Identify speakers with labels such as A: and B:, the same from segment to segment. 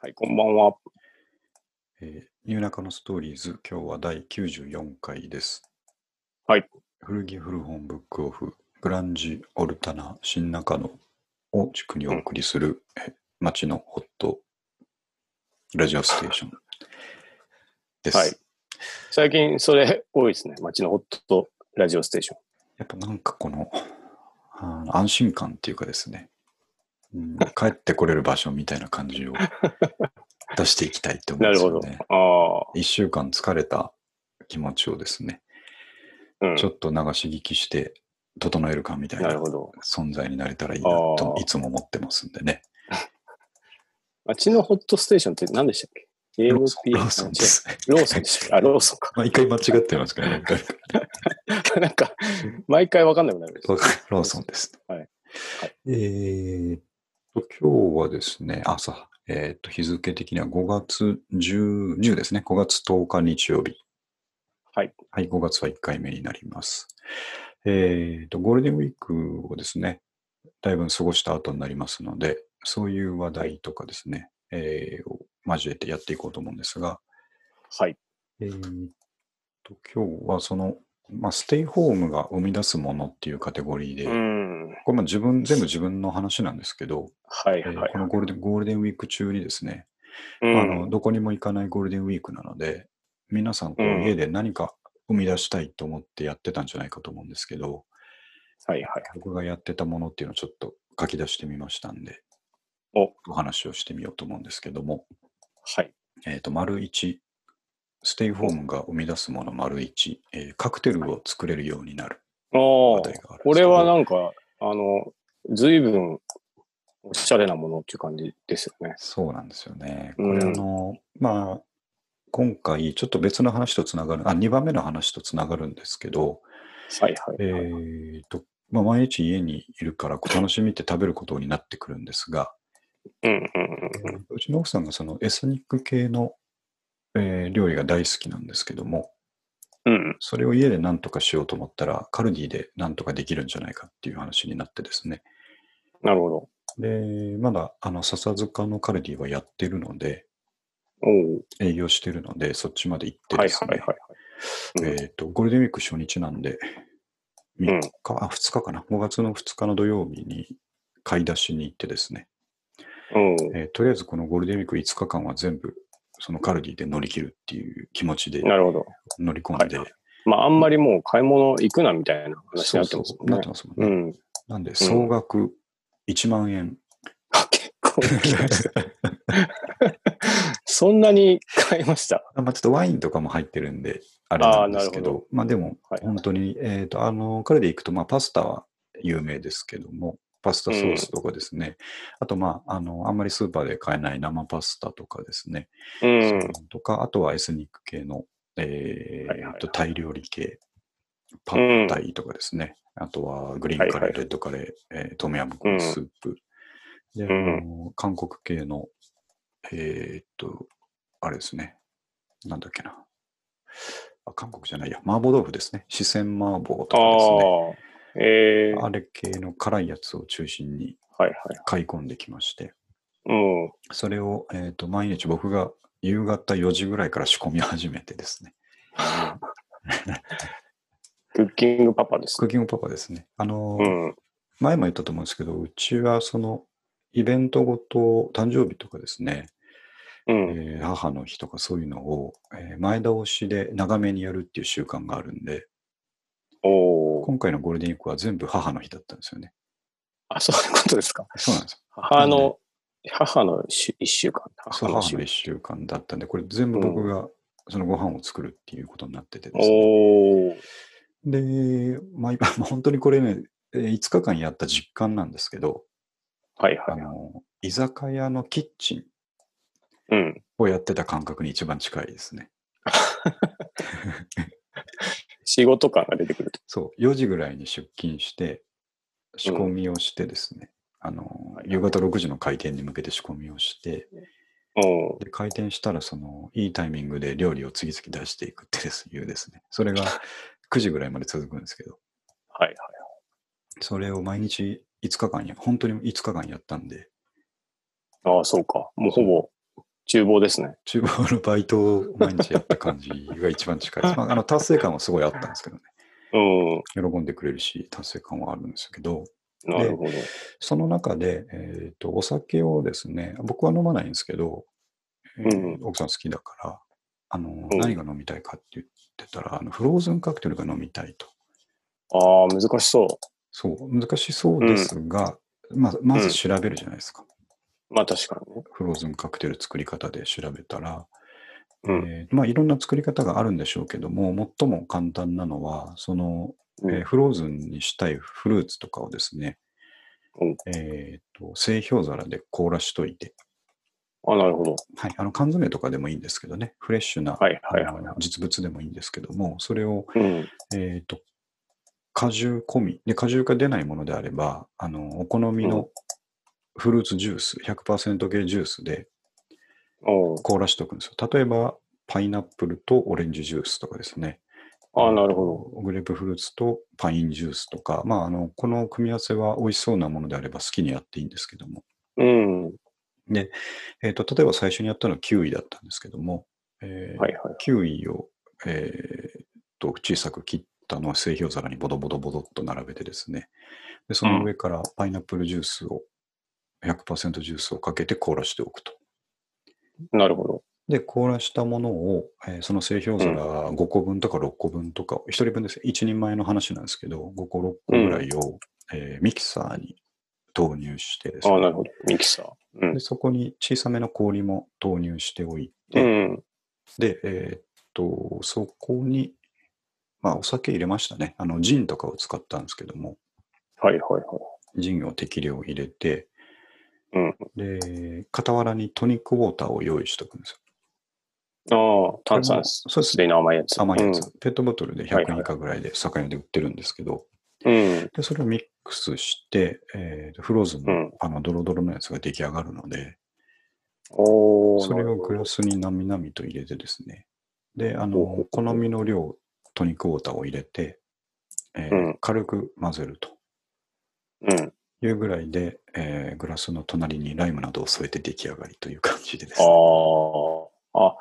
A: はい、こんばんは。
B: えー、ニューナカのストーリーズ、今日は第94回です。
A: はい。
B: 古着古本ブックオフ、グランジ・オルタナ、新中野を地区にお送りする、え街のホットラジオステーションです。
A: はい最近、それ多いですね。街のホットラジオステーション。
B: やっぱなんかこのあー安心感っていうかですね、うん、帰ってこれる場所みたいな感じを 出していきたいと思
A: な
B: うんで
A: る
B: す
A: ほ
B: よ
A: ど。
B: ね。
A: あ
B: 一週間疲れた気持ちをですね、
A: あ、うん
B: ちょ。っと流し聞きして整えるかみたい
A: な
B: な
A: るほど。
B: 存在になれたらいいなと
A: あー
B: いつも思ってますんでね。
A: 街のホットステーションって何でしたっけ
B: ロ
A: ?AMP
B: ーソンローソンで
A: あ違う
B: すね。
A: ローソンで したっけあ、ローソンか。
B: 毎回間違ってますけど、ね、
A: なんか、 毎回わかんなくなる。
B: ローソンです。
A: はいはい
B: えーっと、今日はですね、朝、えーっと、日付的には5月 10, 10ですね、5月10日日曜日。
A: はい。
B: はい、5月は1回目になります。えーっと、ゴールデンウィークをですね、だいぶ過ごした後になりますので、そういう話題とかですね、えーを交えてやっていこうと思うんですが、
A: はい。
B: えーっと、今日はその、まあ、ステイホームが生み出すものっていうカテゴリーで、
A: うん。はい
B: これまあ自分、全部自分の話なんですけど、
A: はい
B: えー
A: はい
B: こ。のゴールデンゴールデンウィーク中にですね、
A: う
B: あの、
A: ん。
B: どこにも行かないゴールデンウィークなので、皆さんこう
A: うん
B: 家で何か生み出したいと思ってやってたんじゃないかと思うんですけど、
A: はいはい。
B: 僕がやってたものっていうのをちょっと書き出してみましたんで、
A: お
B: お話をしてみようと思うんですけども、
A: はい。
B: えっ、と、丸1、ステイホームが生み出すもの丸1、えーカクテルを作れるようになる
A: お
B: 話題
A: ー。
B: があるんですけど。
A: これはなんか、あの、随分おしゃれなものっていう感じですよね。
B: そうなんですよね。こ
A: うん
B: れ、あの、まあ、今回、ちょっと別の話とつながる、あ、2番目の話とつながるんですけど、
A: はいはい。
B: えーと、まあ、毎日家にいるから、こう楽しみって食べることになってくるんですが、
A: うんうんうん
B: えーうちの奥さんがそのエスニック系の、えー料理が大好きなんですけども、
A: うん。うん。
B: それを家で何とかしようと思ったら、カルディで何とかできるんじゃないかっていう話になってですね。
A: なるほど。
B: で、まだ、あの、笹塚のカルディはやってるので、
A: おー
B: 営業してるので、そっちまで行って
A: はい
B: ですね、
A: はいはい。うん
B: えっ、と、ゴールデンウィーク初日なんで、3日、あ、2日かな。5月の2日の土曜日に買い出しに行ってですね、
A: うん。
B: えーとりあえずこのゴールデンウィーク5日間は全部、そのカルディで乗り切るっていう気持ちで
A: なるほど。
B: 乗り込んで、
A: はまあ、あんまりもう買い物行くなみたいな話に
B: そ
A: な
B: うそう
A: ってますもん
B: なっ
A: ね
B: て。ますもん
A: う
B: ね。
A: ん。
B: なんで、総額1万円。
A: あ、結構大きいですねそんなに買いました。
B: まあちょっとワインとかも入ってるんで、あれなんですけ
A: あーなる
B: ど、まあでも
A: はい、
B: 本当に、えっ、と、あの、彼で行くと、まあパスタは有名ですけども、パスタソースとかですね、あと、まあ、あの、あんまりスーパーで買えない生パスタとかですね、
A: う
B: そうんいう。のとか、あとはエスニック系の、えー
A: はいはいはい
B: と、タイ料理系、パッタイとかですね、あとはグリーンカレー、
A: はいはい
B: レッドカレー、えートムヤムクンスープ、で、あの韓国系の、えーっと、あれですね、なんだっけな。あ韓国じゃないや、麻婆豆腐ですね。四川麻婆と
A: ああ
B: かで
A: ー。ええ
B: すね。
A: ー。
B: あれ系の辛いやつを中心に
A: はいはい。
B: 買い込んできまして、
A: うん。
B: それを、えーっと毎日僕が夕方4時ぐらいから仕込み始めてですね。
A: クッキングパパです
B: クッキングパパですね。あの、
A: うん。はい
B: 前も言ったと思うんですけど、うちはそのイベントごと、誕生日とかですね、
A: うん。
B: えー母の日とかそういうのを、えー前倒しで長めにやるっていう習慣があるんで、
A: おお。
B: 今回のゴールデンウィークは全部母の日だったんですよね。
A: あ、そういうことですか。
B: そうなんですよ。
A: 母の、母のし一週間。
B: そう母の1週間だったんで、これ全部僕がそのご飯を作るっていうことになっててですね。
A: おお。
B: で、毎晩、本当にこれね、えー5日間やった実感なんですけど、
A: はい
B: あ
A: はい。
B: の、居酒屋のキッチン
A: うん。
B: をやってた感覚に一番近いですね。
A: 仕事感が出てくると。
B: そう、4時ぐらいに出勤して、仕込みをしてですね、あの、夕方6時の開店に向けて仕込みをして、
A: お
B: で、開店したら、その、いいタイミングで料理を次々出していくってですいうですね、それが9時ぐらいまで続くんですけど、
A: はいはい。
B: それを毎日5日間や、本当に5日間やったんで、
A: ああ、そうか。もうほぼ厨房ですね。
B: 厨房のバイトを毎日やった感じが一番近い です。まあ、あの達成感はすごいあったんですけどね。
A: うん。
B: 喜んでくれるし、達成感はあるんですけど、
A: なるほど。
B: その中で、えー、とお酒をですね、僕は飲まないんですけど、えー
A: うん
B: 奥さん好きだから、あの
A: うん
B: 何が飲みたいかって言ってたら、あのフローズンカクテルが飲みたいと。
A: ああ、難しそう。
B: そう、難しそうですが、まあ、まず調べるじゃないですか。
A: まあ確かにね。
B: フローズンカクテル作り方で調べたら、
A: うん
B: えーまあ、いろんな作り方があるんでしょうけども、最も簡単なのは、その
A: う
B: えー
A: ん。
B: フローズンにしたいフルーツとかをですね
A: うん、
B: えー、と製氷皿で凍らしといて、
A: あなるほど。
B: はい、あの缶詰とかでもいいんですけどね、フレッシュな、
A: はいはい
B: あ
A: はい。
B: の実物でもいいんですけども、それを、
A: うん。
B: えー、と果汁込みで、果汁が出ないものであれば、あのお好み
A: うん
B: のフルーツジュース、100%系ジュースで
A: おう
B: 凍らしとくんですよ。例えば、パイナップルとオレンジジュースとかですね。
A: あなるほ
B: ど。グレープフルーツとパインジュースとか、まあ、あの、この組み合わせは美味しそうなものであれば好きにやっていいんですけども。
A: ど。うん。は
B: えっ、と、例えば最初にやったのはキウイだったんですけども、えー
A: いはい。
B: キウイを、えーっと、小さく切ったのを製氷皿にボドボドボドっと並べてですね。で、その上からパイナップルジュースを、100%ジュースをかけて凍らしておくと。
A: なるほど。
B: で、凍らしたものを、えーその製氷皿5個分とか6個分とかを、1人分です。1人前の話なんですけど、5個、6個ぐらいを、えーミキサーに投入してです
A: あ
B: ね
A: なるほど。ミキサー。うん
B: で、。そこに小さめの氷も投入しておいて、
A: うん。
B: で、えーっと、そこに、まあ、お酒入れましたね。あの、ジンとかを使ったんですけども、
A: はいはいはい。
B: ジンを適量入れて、
A: うん
B: で、傍らにトニックウォーターを用意しておくんですよ。
A: ああ、炭酸
B: そうです
A: すでに甘いやつ。
B: 甘いやつ、ペットボトルで100円以下ぐらいで酒屋で売ってるんですけど、
A: うん。
B: でそれをミックスして、えーとフローズンの,、
A: うん
B: あのドロドロのやつが出来上がるので、
A: おお。
B: それをグ
A: なる
B: ラスになみなみと入れてですね、で、あ
A: ほうほうほ
B: の好
A: う、
B: みの量、トニックウォーターを入れて、えー
A: うん
B: 軽く混ぜると
A: ほどうん。
B: いうぐらいで、えーグラスの隣にライムなどを添えて出来上がりという感じでですね。
A: ああ。あ、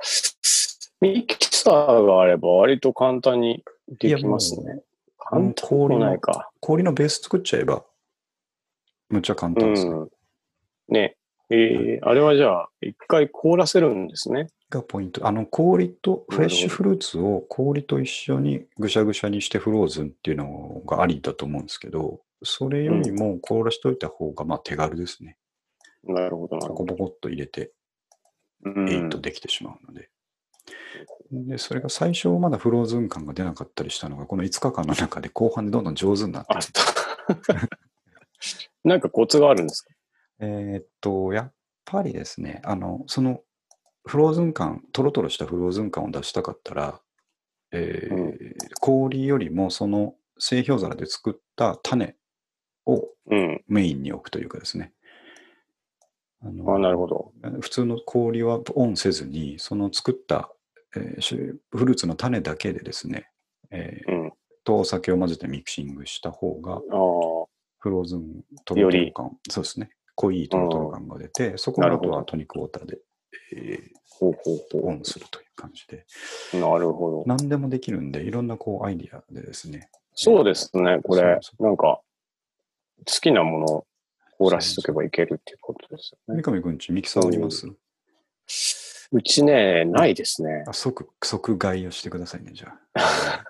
A: ミキサーがあれば割と簡単にできます
B: いや
A: ね。
B: う
A: 簡単もないか。
B: 氷のベース作っちゃえば、むっちゃ簡
A: う
B: 単ですね。
A: ん。ね。ええあれはじゃあ、一回凍らせるんですね。
B: がポイント。あの、氷と、
A: な
B: フレ
A: る
B: ッ
A: ほど
B: シュフルーツを氷と一緒にぐしゃぐしゃにしてフローズンっていうのがありだと思うんですけど、それよりも凍らしといた方がまあ手軽ですね。
A: なるほど、なる
B: ボコ
A: ほど。
B: ボコっと入れて、
A: う
B: えい
A: ん
B: と。できてしまうので。で、それが最初まだフローズン感が出なかったりしたのが、この5日間の中で後半でどんどん上手になって
A: あった。 なんかコツがあるんですか
B: えーっと、やっぱりですね、あの、その、フローズン感、トロトロしたフローズン感を出したかったら、えー
A: う
B: 氷よりもその製氷皿で作った種を
A: うん。
B: メインに置くというかですね。あの
A: あなるほど。
B: 普通の氷はオンせずに、その作った、えーしフルーツの種だけでですね、えー
A: うん。
B: とお酒を混ぜてミキシングした方が、
A: あ
B: フローズントロトロ感、そうですね。濃いトロトロ感が出て、そこ
A: な
B: の
A: るほ
B: 後
A: ど
B: はトニックウォーターで、え
A: ほうほう
B: ーオ
A: ほ
B: ンするという感じで、
A: う。なるほど。
B: 何でもできるんで、いろんなこうアイディアでですね。
A: そうですね、これ
B: そう。そ
A: なんか、好きなものを凍らしとけばいけるっていうことですよ
B: 三
A: ね。
B: 上くんちミキサーあります
A: うちね、ないですね。
B: あ即、即買いをしてくださいね、じゃ あ。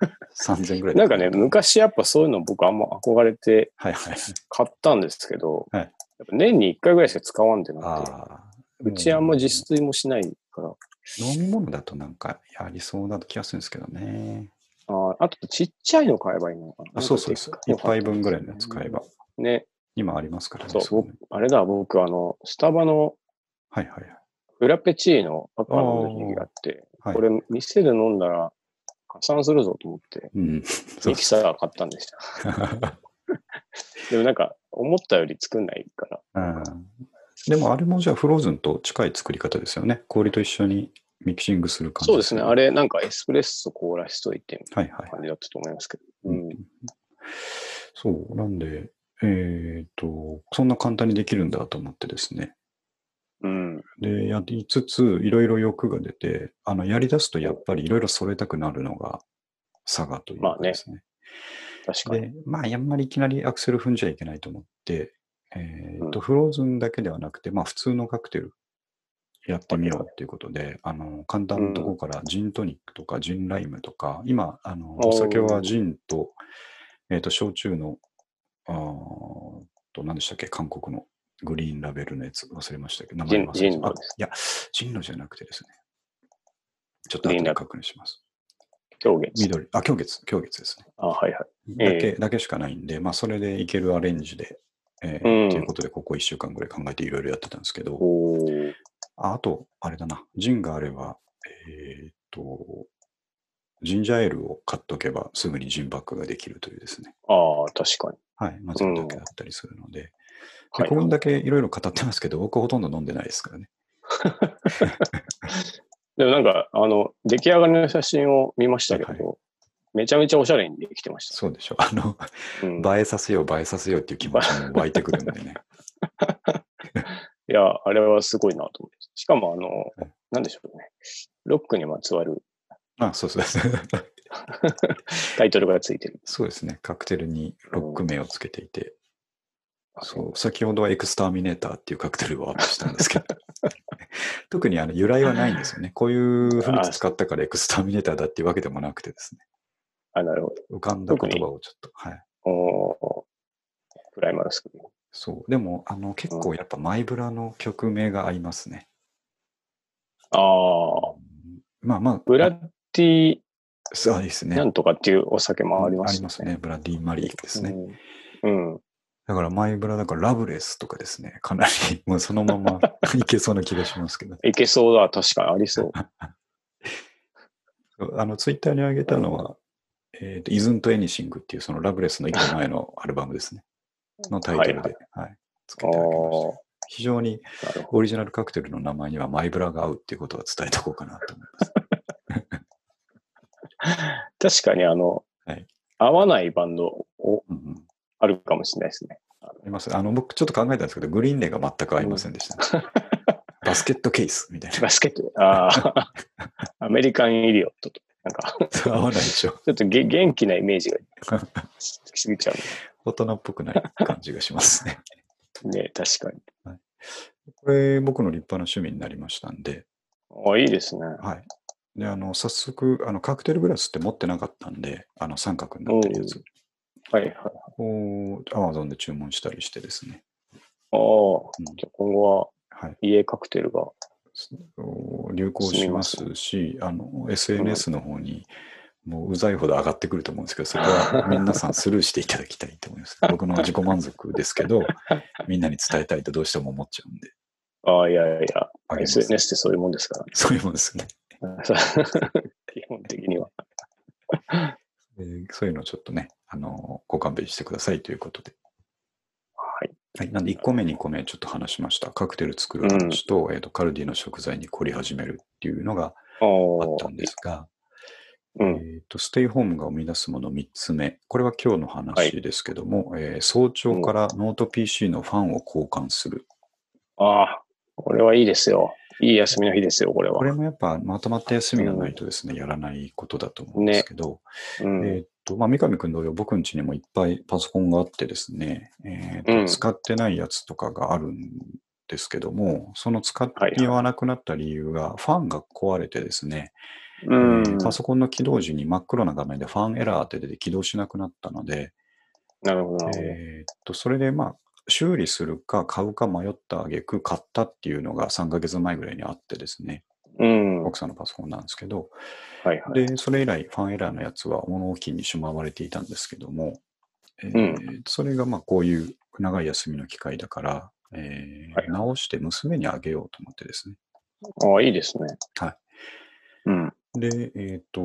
B: 3000ぐらいで
A: なんかね、昔やっぱそういうの僕あんま憧れて
B: はい はい。
A: 買ったんですけど、
B: はい
A: やっぱ年に1回ぐらいしか使わんでなくて、
B: あー
A: うちあんま自炊もしないから、
B: 飲み物だとなんかやりそうだと気がするんですけどね。
A: あーあとちっちゃいの買えばいいのかな。
B: あそうそうです
A: なんか。で
B: 一
A: っかい
B: 杯分ぐらいのやつ買えば。
A: ね、
B: 今ありますからね。
A: そう、
B: れね
A: 僕、あれだ、僕、あの、スタバの
B: はいはいはい。
A: フラペチーノ、パパの時があって、
B: はい
A: これ、店で飲んだら加算するぞと思って、
B: うん。そう
A: ミキサー買ったんでした。 でもなんか、思ったより作んないから。
B: うんでもあれもじゃあフローズンと近い作り方ですよね。氷と一緒にミキシングする感じ。
A: そうですね、あ
B: れ。
A: れ、なんかエスプレッソ凍らしといてみた
B: はいはい
A: いな。感じだったと思いますけど。
B: う
A: うんん。
B: そう、なんで、えっ、と、そんな簡単にできるんだと思ってですね。
A: うん。
B: で、やりつつ、いろいろ欲が出て、あの、やり出すとやっぱりいろいろ揃えたくなるのが、佐賀というかですね。
A: 確かに。
B: で、まあ、あんまりいきなりアクセル踏んじゃいけないと思って、えーっと、
A: うん
B: フローズンだけではなくて、まあ、普通のカクテルやってみようっていうことで、あの、簡単なところからジントニックとかジンライムとか、今、あの、
A: おー
B: お酒はジンと、えーっと、焼酎の、あーっと、何でしたっけ、韓国のグリーンラベルのやつ忘れましたけど、名
A: ジン
B: 忘れ
A: ジン
B: ま
A: の
B: した
A: です
B: あいや、ジンのじゃなくてですね。ちょっと後で確認します。
A: 狂月。
B: 緑。あ、今月、今月ですね。
A: あ、はいはい。え
B: だけ,、だけしかないんで、まあ、それでいけるアレンジで、えー
A: うん
B: ということで、ここ1週間ぐらい考えていろいろやってたんですけど、
A: おー
B: ああと、あれだな、ジンがあれば、えーっと、ジンジャーエールを買っとけば、すぐにジンバッグができるというですね。
A: ああ、確かに。
B: はい。まあ、それだけだったりするので、
A: はい
B: でここだけいろいろ語ってますけど、僕はほとんど飲んでないですからね。
A: でもなんか、あの、出来上がりの写真を見ましたけど、
B: はいは
A: めちゃめちゃおしゃれにできてました。
B: そうでしょ。あの、
A: うん、い
B: 映えさせよう、映えさせようっていう気持ちも湧いてくるんで ね。
A: や、あれはすごいなと思って。しかも、あの
B: はい、
A: なんでしょうね。ロックにまつわる
B: あ、そうそうそう。
A: タイトルがついてる。
B: そうですね。カクテルにロック名をつけていて、そう、先ほどはエクスターミネーターっていうカクテルをアップしたんですけど、 特にあの由来はないん ですよね。こういうフルーツ使ったからエクスターミネーターだっていうわけでもなくてですね、
A: あ、なるほ
B: 浮かんだ言葉をちょっと、はい。
A: ど。おープライマルスクリーン。
B: そう、でもあの結構やっぱマイブラの曲名が合いますね。
A: ああ、
B: まあまあ、
A: ブラッディ
B: そうですね。
A: なんとかっていうお酒もありま
B: あ
A: す
B: りますね。ブラディ・マリーですね。
A: うん。うん
B: だからマイブラだからラブレスとかですね、かなりもうそのままいけそうな気がしますけど。
A: いけそうだ、確かにありそう。
B: あの、ツイッターに上げたのは、えっ、と、Isn't Anything っていうそのラブレスの一個前のアルバム ですね。のタイトルで、はい、つけ
A: ああ
B: てあげました。非常に
A: ー、なるほ
B: オリジナルカクテルの名前にはマイブラが合うっていうことは伝えておこうかなと思います。
A: ど。確かに、あの、
B: はい
A: 合わないバンドお
B: うんうん
A: あるかもしれないですね。
B: あります。あの、僕ちょっと考えたんですけど、グリーンレイが全く合いませんでした、 ねバスケットケースみたいな。
A: バスケット、ああ、アメリカンイリオットと。なんか、
B: 合わないでしょ。
A: ちょっとげ元気なイメージがつきすぎちゃ
B: 大人っぽくない感じがしますね。
A: うね。ね、確かに。
B: これ、僕の立派な趣味になりましたんで、
A: あいいですね。
B: はい。で、あの、早速、あの、カクテルグラスって持ってなかったんで、あの、三角になってるやつ
A: はいはい。
B: を Amazon で注文したりしてですね。
A: ああ、
B: うん
A: じゃあ今後は
B: はい。
A: 家カクテルが。
B: そう流行しますし、あの、SNS の方に、もううざいほど上がってくると思うんですけど、それは皆さんスルーしていただきたいと思い ます。僕の自己満足ですけど、みんなに伝えたいとどうしても思っちゃうんで、
A: ああ、いやいやいや、
B: あげます。
A: SNS ってそういうもんですからね。
B: そういうもんですね。
A: 基本的には。
B: えーそういうのをちょっとね、あの、ご勘弁してくださいということで。
A: はい。
B: はい、なんで1個目、2個目ちょっと話しました。カクテル作る話と、えっ、と、カルディの食材に凝り始めるっていうのが
A: あ
B: あっ
A: あ
B: たんですが、え
A: う
B: っ、
A: ん。
B: と、ステイホームが生み出すもの3つ目。これは今日の話ですけども、えー早朝からノート PC のファンを交換する。
A: ああ、これはいいですよ。いい休みの日ですよ、これは。
B: これもやっぱまとまった休みがないとですね、やらないことだと思うんですけど、
A: うん、
B: えーっと、まあ、三上君同様、僕ん家にもいっぱいパソコンがあってですね、えーっと
A: うん
B: 使ってないやつとかがあるんですけども、その使っ
A: はい
B: てはなくなった理由が、ファンが壊れてですね、
A: うん
B: えーパソコンの起動時に真っ黒な画面でファンエラーって出て起動しなくなったので、
A: なるほどなるほど。
B: えーっと、それでまあ、修理するか買うか迷った挙句買ったっていうのが3ヶ月前ぐらいにあってですね、
A: うん。はい
B: 奥さんのパソコンなんですけど、
A: はい。
B: で、それ以来、ファンエラーのやつは物置にしまわれていたんですけども、えー
A: う
B: それがまあこういう長い休みの機会だから、えー
A: はい
B: 直して娘にあげようと思ってですね。
A: ああ、いいですね。
B: はい。
A: うん。
B: で、えっ、と、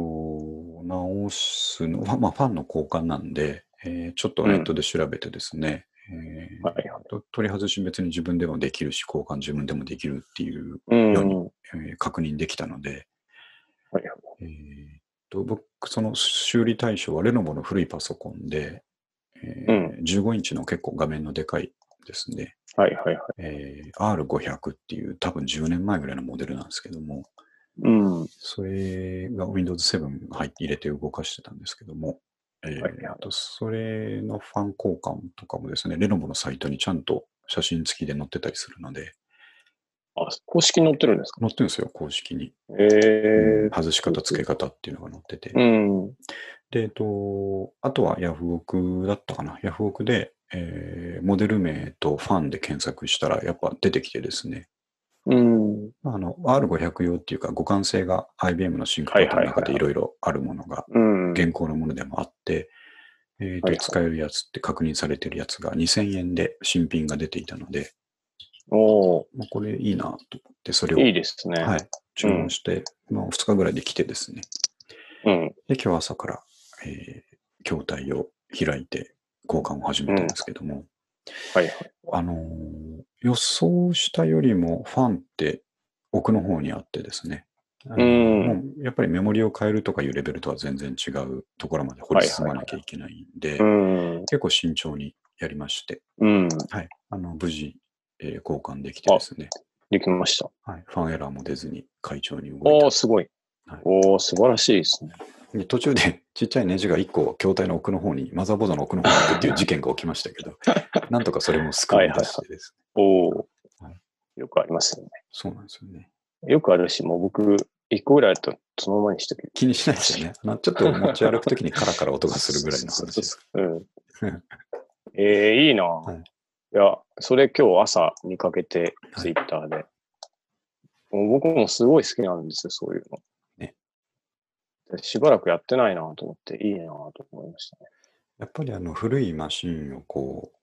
B: 直すのは、まあ、ファンの交換なんで、えーちょっとネットで調べてですね、えー
A: はいはい。
B: と取り外し別に自分でもできるし、交換自分でもできるっていう、
A: うん。
B: ようにえー確認できたので、
A: はいは
B: え
A: い
B: ーっと、僕、その修理対象はレノボの古いパソコンで、えー15インチの結構画面のでかいですね、
A: はいはいはい。
B: えー R500 っていう多分10年前ぐらいのモデルなんですけども、
A: うん。
B: それが Windows 7入入れて動かしてたんですけども、えー
A: はいはい
B: あとそれのファン交換とかもですね、レノボのサイトにちゃんと写真付きで載ってたりするので、
A: あ、公式に載ってるんですか
B: 載ってるんですよ、公式に。
A: ええ
B: 外し方、付け方っていうのが載ってて。
A: うん。
B: で、えっと、あとはヤフオクだったかな。ヤフオクで、えーモデル名とファンで検索したら、やっぱ出てきてですね、
A: うん。
B: まああの R500 用っていうか、互換性が IBM の進化型の中でいろいろあるものが、
A: うん。
B: 現行のものでもあって、えーと
A: はいはい
B: 使えるやつって確認されてるやつが2000円で新品が出ていたので、
A: お
B: まあ、これいいなと思って、それを
A: ーいいですね。
B: はい、注文して、まあ、2日ぐらいで来てですね、
A: うん。
B: で、今日朝から、えー、筐体を開いて交換を始めたんですけども、
A: はいはい。
B: あのー予想したよりもファンって奥の方にあってですね、あの
A: うん
B: もうやっぱりメモリを変えるとかいうレベルとは全然違うところまで掘り進まなきゃいけないんで、
A: うん。
B: 結構慎重にやりまして、
A: うん。
B: はい、あの無事、えー交換できてですね、
A: できました。
B: はい、ファンエラーも出ずに会長に動い
A: お
B: た
A: ー、すごい
B: はい。
A: おー、素晴らしいですね。
B: で途中で ちっちゃいネジが1個、筐体の奥の方に、マザーボードの奥の方に行くっていう事件が起きましたけ ど、なんとかそれも救い出してですね。
A: おー
B: はい。
A: よくありますよね。
B: そうなんですよね。
A: よくあるし、もう僕、一個ぐらいだとそのままにしとける。
B: 気にしないですよね。あのちょっと持ち歩くときにカラカラ音がするぐらいの話です。
A: うん。 えー、いいな、
B: い
A: い、や、それ今日朝見かけて、ツイッターで。もう僕もすごい好きなんですよ、そういうの。
B: ね
A: でしばらくやってないなと思って、いいなと思いましたね。
B: やっぱりあの古いマシンをこう、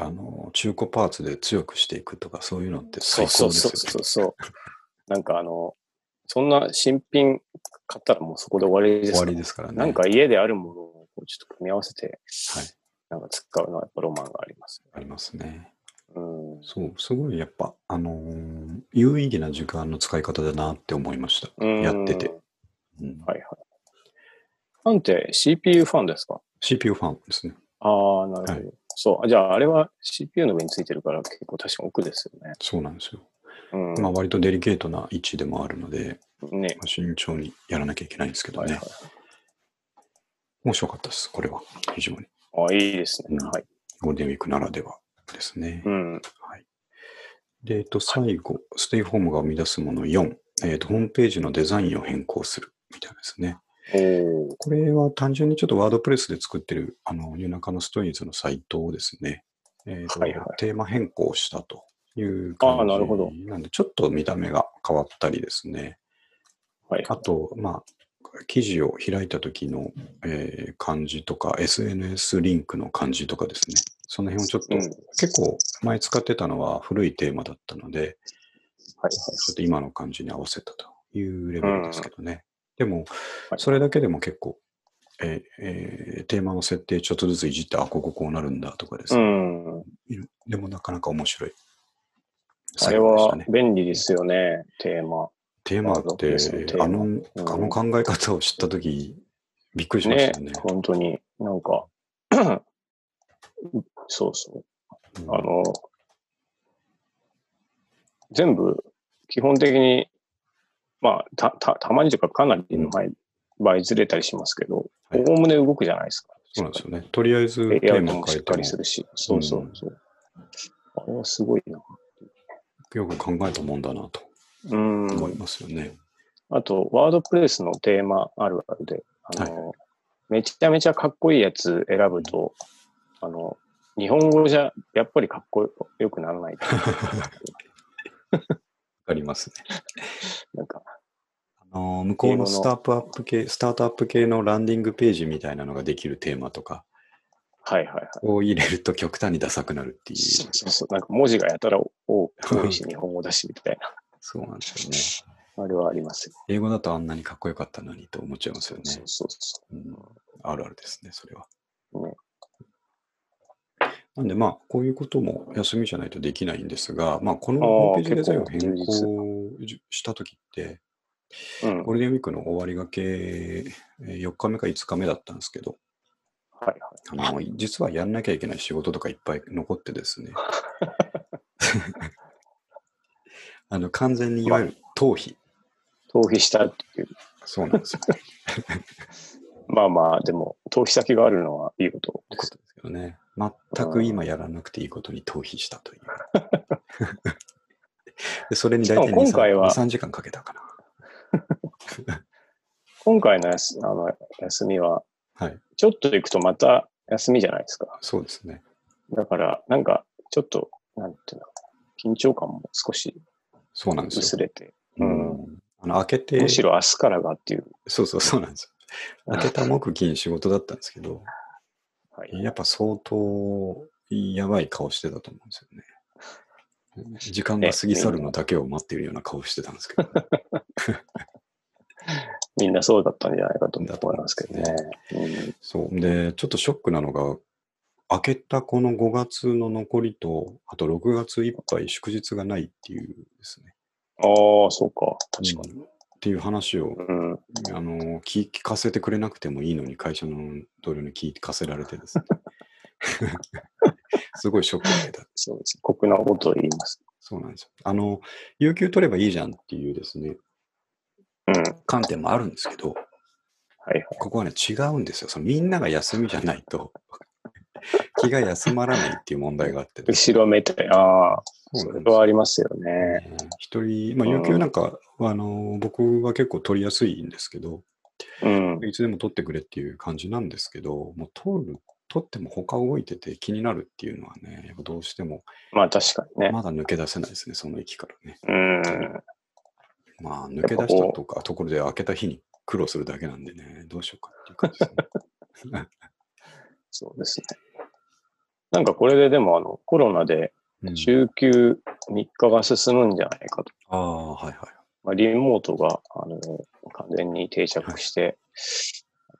B: あの中古パーツで強くしていくとか、そういうのって最高ですよ
A: そうそうそう
B: ね。
A: そう。なんかあの、そんな新品買ったらもうそこで終わり
B: 終
A: です
B: わ
A: から
B: りですからね。
A: なんか家であるものをこうちょっと組み合わせて、
B: はい
A: なんか使うのはやっぱロマンがあります
B: ありますね。
A: ね。うん。
B: そう、すごいやっぱ、あのー有意義な時間の使い方だなって思いました。
A: うん
B: やってて。うん
A: はいはい。ファンって CPU ファンですか
B: CPU ファンですね。
A: ああ、なるほど。
B: はい
A: そう。あじゃあ、あれは CPU の上についてるから結構確かに奥ですよね。
B: そうなんですよ。
A: うん。
B: まあ割とデリケートな位置でもあるので、
A: ね。
B: まあ慎重にやらなきゃいけないんですけど
A: はい
B: ね
A: は。
B: 面白かったです、これは。非常に。
A: い。あいいですね。
B: うん
A: はい。
B: ゴールデンウィークならではですね。
A: うん。
B: はい、で、えっと、最後、ステイホームが生み出すもの4、えっと、ホームページのデザインを変更するみたいですね。
A: おー
B: これは単純にちょっとワードプレスで作ってる、あの、夜中のストーリーズのサイトをですね、えーと
A: はいはい
B: テーマ変更したという
A: あ
B: 感
A: ー
B: じ
A: なるほど
B: なんで、ちょっと見た目が変わったりですね、
A: はい。
B: あと、まあ、記事を開いた時の、えー感じとか、SNS リンクの感じとかですね、その辺をちょっと、
A: うん。はい
B: 結構前使ってたのは古いテーマだったので、
A: はい。
B: ちょっと今の感じに合わせたというレベルですけどね。でも、
A: はい
B: それだけでも結構、えーえーテーマの設定ちょっとずついじって、あ、こここうなるんだとかです
A: う
B: ね。
A: ん。
B: でもなかなか面白い。
A: あれ
B: 作業でし
A: は
B: たね
A: 便利ですよね、テーマ。
B: テーマっ
A: ワードプ
B: て
A: レスのテ、ーマ
B: あの、あの考え方を知ったとき、びっくりしましたよね。
A: 本当に。なんか、 そうそう。
B: うん
A: あの、全部、基本的に、まあ、た、た、たまにというかかなりの場合、場合ずれたりしますけど、
B: はい
A: おおむね動くじゃないですか。
B: そうなんですよね。とりあえず
A: レイ
B: テ
A: ア
B: ー
A: ウト
B: マ
A: もし
B: 変え
A: っかり
B: て
A: す
B: も
A: るし、そうそうそう。あれはすごいな。
B: よく考えたもんだなと
A: うん。
B: 思いますよね。
A: あと、ワードプレスのテーマあるあるで、あの、めちゃめちゃかっこいいやつ選ぶと、あの、日本語じゃやっぱりかっこよくならない。
B: ありますね。
A: なんか、
B: あの向こうのスタートアップ系、スタートアップ系のランディングページみたいなのができるテーマとか
A: はいはいはい。
B: を入れると極端にダサくなるっていう。
A: そうそうそう。なんか文字がやたら多多いし、日本語だしみたい
B: そうなんですよね。
A: な。あれはありますよ。
B: 英語だとあんなにかっこよかったのにと思っちゃいますよね。
A: そうそうそ
B: うん、あるあるですね、それは
A: うん。
B: なんで、まあ、こういうことも休みじゃないとできないんですが、まあ、この
A: あー
B: ホームページデザインを変
A: 結構充実
B: 更したときって、
A: う。うん。
B: ゴ
A: は
B: ールデンウィークの終わりがけ、えー4日目か5日目だったんですけど、
A: はいはい。
B: あの、実はやんなきゃいけない仕事とかいっぱい残ってです ね。あの、完全にいわゆる逃避。
A: 逃避したっていう。
B: そうなんですよ。
A: まあまあ、でも、逃避先があるのはいいこと
B: という
A: で
B: こ
A: す。
B: とですけどね。全く今やらなくていいことに逃避した という。でそれに大体
A: しかも今回は
B: 3時間かけたかな。
A: 今回のやすあの休みは、
B: はい。
A: ちょっと行くとまた休みじゃないですか。
B: そうですね。
A: だから、なんか、ちょっと、なんていうの、緊張感も少し
B: そうなんです
A: 薄
B: よ。
A: れて、
B: うん。あの、開けて、
A: むしろ明日からがっていう。
B: そうそうそうなんですよ。開けた木金仕事だったんですけど、
A: はい、
B: やっぱ相当やばい顔してたと思うんですよね。 時間が過ぎ去るのだけを待っているような顔してたんですけど、
A: みんなそうだったんじゃないかと思いますけどね。うん
B: そう。で、ちょっとショックなのが、開けたこの5月の残りと、あと6月いっぱい祝日がないっていうですね。
A: ああ、そうか。確かに。
B: うんっていう話を、
A: うん。
B: あの聞、聞かせてくれなくてもいいのに、会社の同僚に聞かせられて ですね。 すごいショックを受けた。
A: そうです。酷なことを言います。
B: そうなんですよ。あの、有給取ればいいじゃんっていうですね、
A: うん。はい
B: 観点もあるんですけど、
A: はい。
B: ここはね、違うんですよ。そのみんなが休みじゃないと、 気が休まらないっていう問題があって、
A: 後ろめたい。ああ、
B: そ
A: そ
B: な
A: う
B: ん
A: れ
B: です
A: は
B: よ
A: ありますよね。
B: 一人、まあ、
A: うん
B: 有給なんか、あの、僕は結構取りやすいんですけど、
A: うん。
B: いつでも取ってくれっていう感じなんですけど、もう取る、取っても他動いてて気になるっていうのはね、やっぱどうしても、
A: まあ確かにね。
B: まだ抜け出せないですね、その域からね。
A: うん。
B: まあ、抜け出したとか、ところで開けた日に苦労するだけなんでね、どうしようかっていう感じですね。
A: そうですね。なんかこれででもあのコロナで
B: うん
A: 週休3日が進むんじゃないかと。
B: ああ、はいはい。
A: まあ、リモートがあの完全に定着して、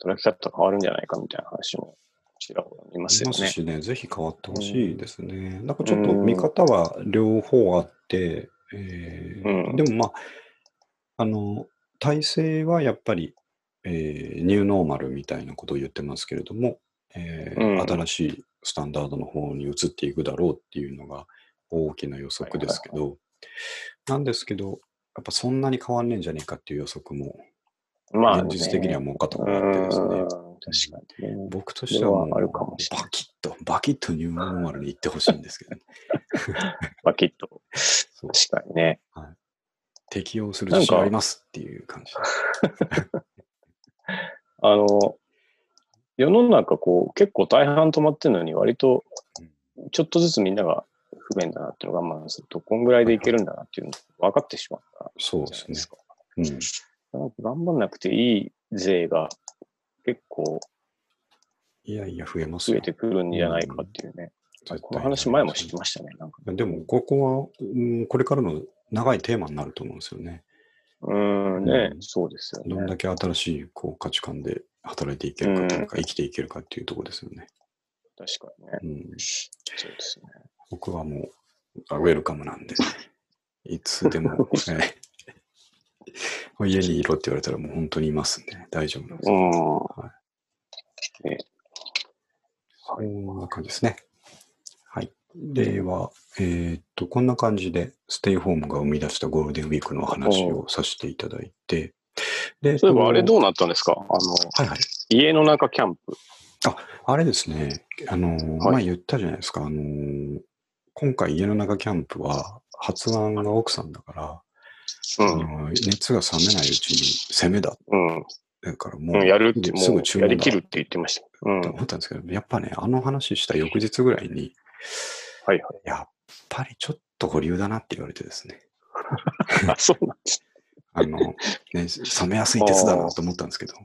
A: 働き方変わるんじゃないかみたいな話もちらほら見
B: あ
A: ます
B: り
A: よ
B: ます
A: ね。
B: しね、ぜひ変わってほしいですね。なんかちょっと見方は両方あって、えー
A: うん
B: でもまあ、あの、体制はやっぱり、えーニューノーマルみたいなことを言ってますけれども、えー
A: うん
B: 新しいスタンダードの方に移っていくだろうっていうのが大きな予測ですけど、なんですけど、やっぱそんなに変わんねえんじゃねえかっていう予測も、
A: まあ、ね、
B: 現実的にはもう片
A: う
B: 方あってですね。
A: ん、確かにね、
B: 僕としてはもう
A: それはあるかもしれない
B: バキッと、バキッとニューノーマルに行ってほしいんですけ どね。
A: まあ、きっと、
B: そう
A: 確かにね。
B: 適用する自信ありますっていう感じ。
A: あの、世の中こう、結構大半止まってるのに、割と
B: うん、
A: ちょっとずつみんなが不便だなっていうのを我慢すると、こんぐらいでいけるんだなっていうのを分かってしまった
B: そう
A: じ
B: で
A: ゃない
B: す
A: で
B: ね
A: す。か。
B: うん、
A: なんか頑張んなくていい税が結構
B: いやいや、増えます
A: 増
B: よ
A: え。てくるんじゃないかっていうね。
B: 絶対
A: この話前もしましたね。なんか
B: でも、ここは、うん、これからの長いテーマになると思うんですよね。
A: うーん、ね、
B: うん
A: そうですよ
B: どん
A: ね。
B: だけ新しいこう価値観で働いていけるかというか、生きていけるかっていうところですよね。
A: 確かにね。
B: うん、
A: そうですね。
B: 僕はもう、あウェルカムなん で、いつでも、え ー家にいろって言われたらもう本当にいますんで、大丈夫なんです
A: う
B: よ。
A: ん。
B: そんな感じですね。はい。では、えーっと、こんな感じで、ステイホームが生み出したゴールデンウィークのお話をさせていただいて、で、
A: そういえばあれ
B: う
A: どうなったんですかあの、
B: はいはい。
A: 家の中キャンプ。
B: あれですね、あのー、
A: はい
B: 前言ったじゃないですか、あのー、今回家の中キャンプは、発案が奥さんだから、
A: う
B: あ
A: ん。
B: のー熱が冷めないうちに攻めだ。
A: うん。
B: だからも
A: うん、
B: う、
A: やるって、
B: す
A: も
B: ぐ注
A: う、
B: 文
A: や
B: だ
A: りきるって言ってました。うん。
B: と
A: はい
B: 思ったんですけど、やっぱね、あの話した翌日ぐらいに、
A: はい。
B: やっぱりちょっと保留だなって言われてですね。
A: あ、そう なんです。
B: あの、ね、冷めやすい鉄だなと思ったんですけど、あ
A: あ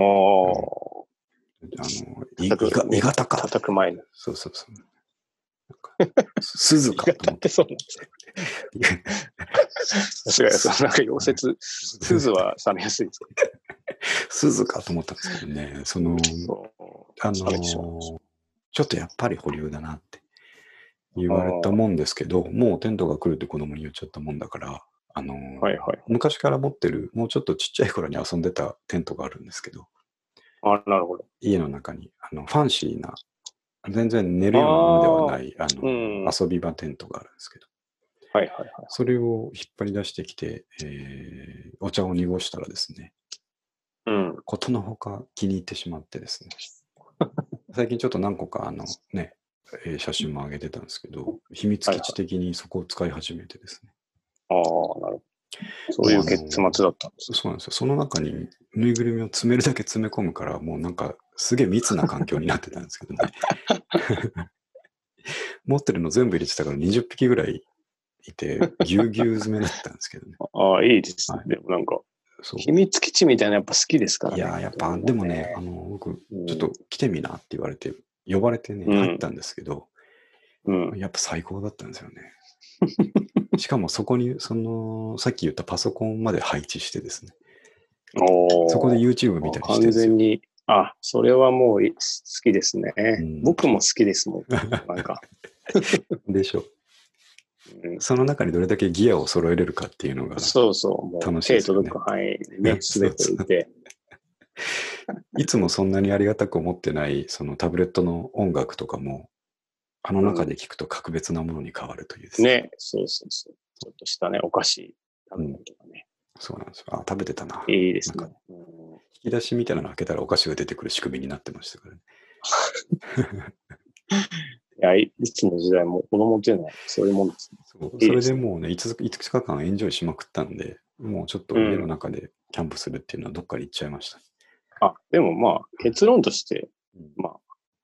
A: あ。
B: の、い
A: 叩く
B: いがたか。
A: 叩く前に。
B: そうそうそう。なんか鈴か
A: が
B: と
A: 立
B: 思
A: っ
B: って
A: そうなんです。
B: て。
A: さすがやそうなんか溶接、鈴は冷めやすいですけ
B: 鈴かと思ったんですけどね、その、
A: ど。
B: あの、
A: 冷めてしまいまし
B: ちょっとやっぱり保留だなって言われたもんですけど、もうテントが来るって子供に言っちゃったもんだから、あの、
A: はいはい。
B: 昔から持ってる、もうちょっとちっちゃい頃に遊んでたテントがあるんですけど、
A: あ、なるほど。
B: 家の中に、あの、ファンシーな、全然寝るようなものではない、あの、
A: うん
B: 遊び場テントがあるんですけど、
A: はいはいはい。
B: それを引っ張り出してきて、えーお茶を濁したらですね、
A: うん。
B: ことのほか気に入ってしまってですね、最近ちょっと何個か、あの、ね、えー写真も上げてたんですけど、秘密基地的にそこを使い始めてですね、
A: ああ、なるほど。そういう結末だったんです。
B: そうなんですよ。その中にぬいぐるみを詰めるだけ詰め込むから、もうなんかすげえ密な環境になってたんですけどね。 持ってるの全部入れてたから20匹ぐらいいて、ぎゅうぎゅう詰めだったんですけどね。
A: ああ、いいですね
B: は。
A: でもなんか、
B: そう
A: 秘密基地みたいなのやっぱ好きですから
B: い
A: ね。
B: やーやっぱ、でもね、あの、僕、
A: うん
B: ちょっと来てみなって言われて、呼ばれてね、
A: うん
B: 入ったんですけど、
A: うん。
B: やっぱ最高だったんですよね。 しかもそこに、その、さっき言ったパソコンまで配置してですね、
A: おー
B: そこで YouTube 見たりしてるん
A: 完
B: ですよ
A: 全に。あ、それはもうい好きですね、
B: ん
A: 僕も好きで すもん。なんか。
B: でしょ。
A: うん
B: その中にどれだけギアを揃えれるかっていうのが、
A: そうそう。もう
B: 楽しいで
A: 手
B: すよね
A: 届く範囲でね、すべていて。
B: いつもそんなにありがたく思ってない、そのタブレットの音楽とかも、あの中で聞くと格別なものに変わるというですね。
A: ね、そうそうそう。ちょっとしたね、お菓子食べたりとかね。
B: そうなんですよ。あ、食べてたな。引
A: いいですね
B: なん。
A: うん
B: き出しみたいなの開けたらお菓子が出てくる仕組みになってましたからね。
A: いや、いいつの時代も子供っていうのはそういうもんですね。
B: そう
A: いい
B: それ
A: です
B: でもうね、5, 5日間エンジョイしまくったんで、もうちょっと家の中でキャンプするっていうのはどっかで行っちゃいました。
A: あ、でもまあ、結論として、
B: うん
A: まあ、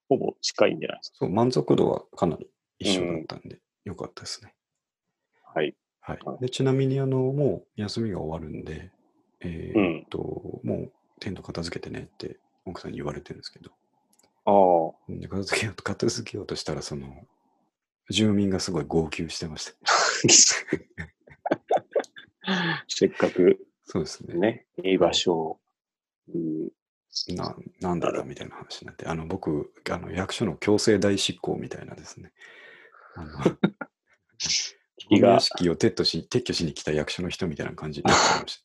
A: ほぼ近いんじゃないです
B: そう、満足度はかなり一緒だったんで、よかったですね。
A: か。はい。
B: はい
A: はい、
B: でちなみにあの、もう休みが終わるんで、え
A: う
B: ー
A: ん
B: っともうテント片付けてねって奥さんに言われてるんですけど、
A: ああ。
B: で片付けようと片付けようとしたら、その住民がすごい号泣してました。
A: せっかく
B: そうですね。
A: ね、いい場所を。うん
B: ななんだろうみたいな話になって、あの僕あの、役所の強制代執行みたいなですね。あのゴ
A: 気
B: ミ
A: が
B: 屋、敷を撤去し撤去しに来た役所の人みたいな感じになってま し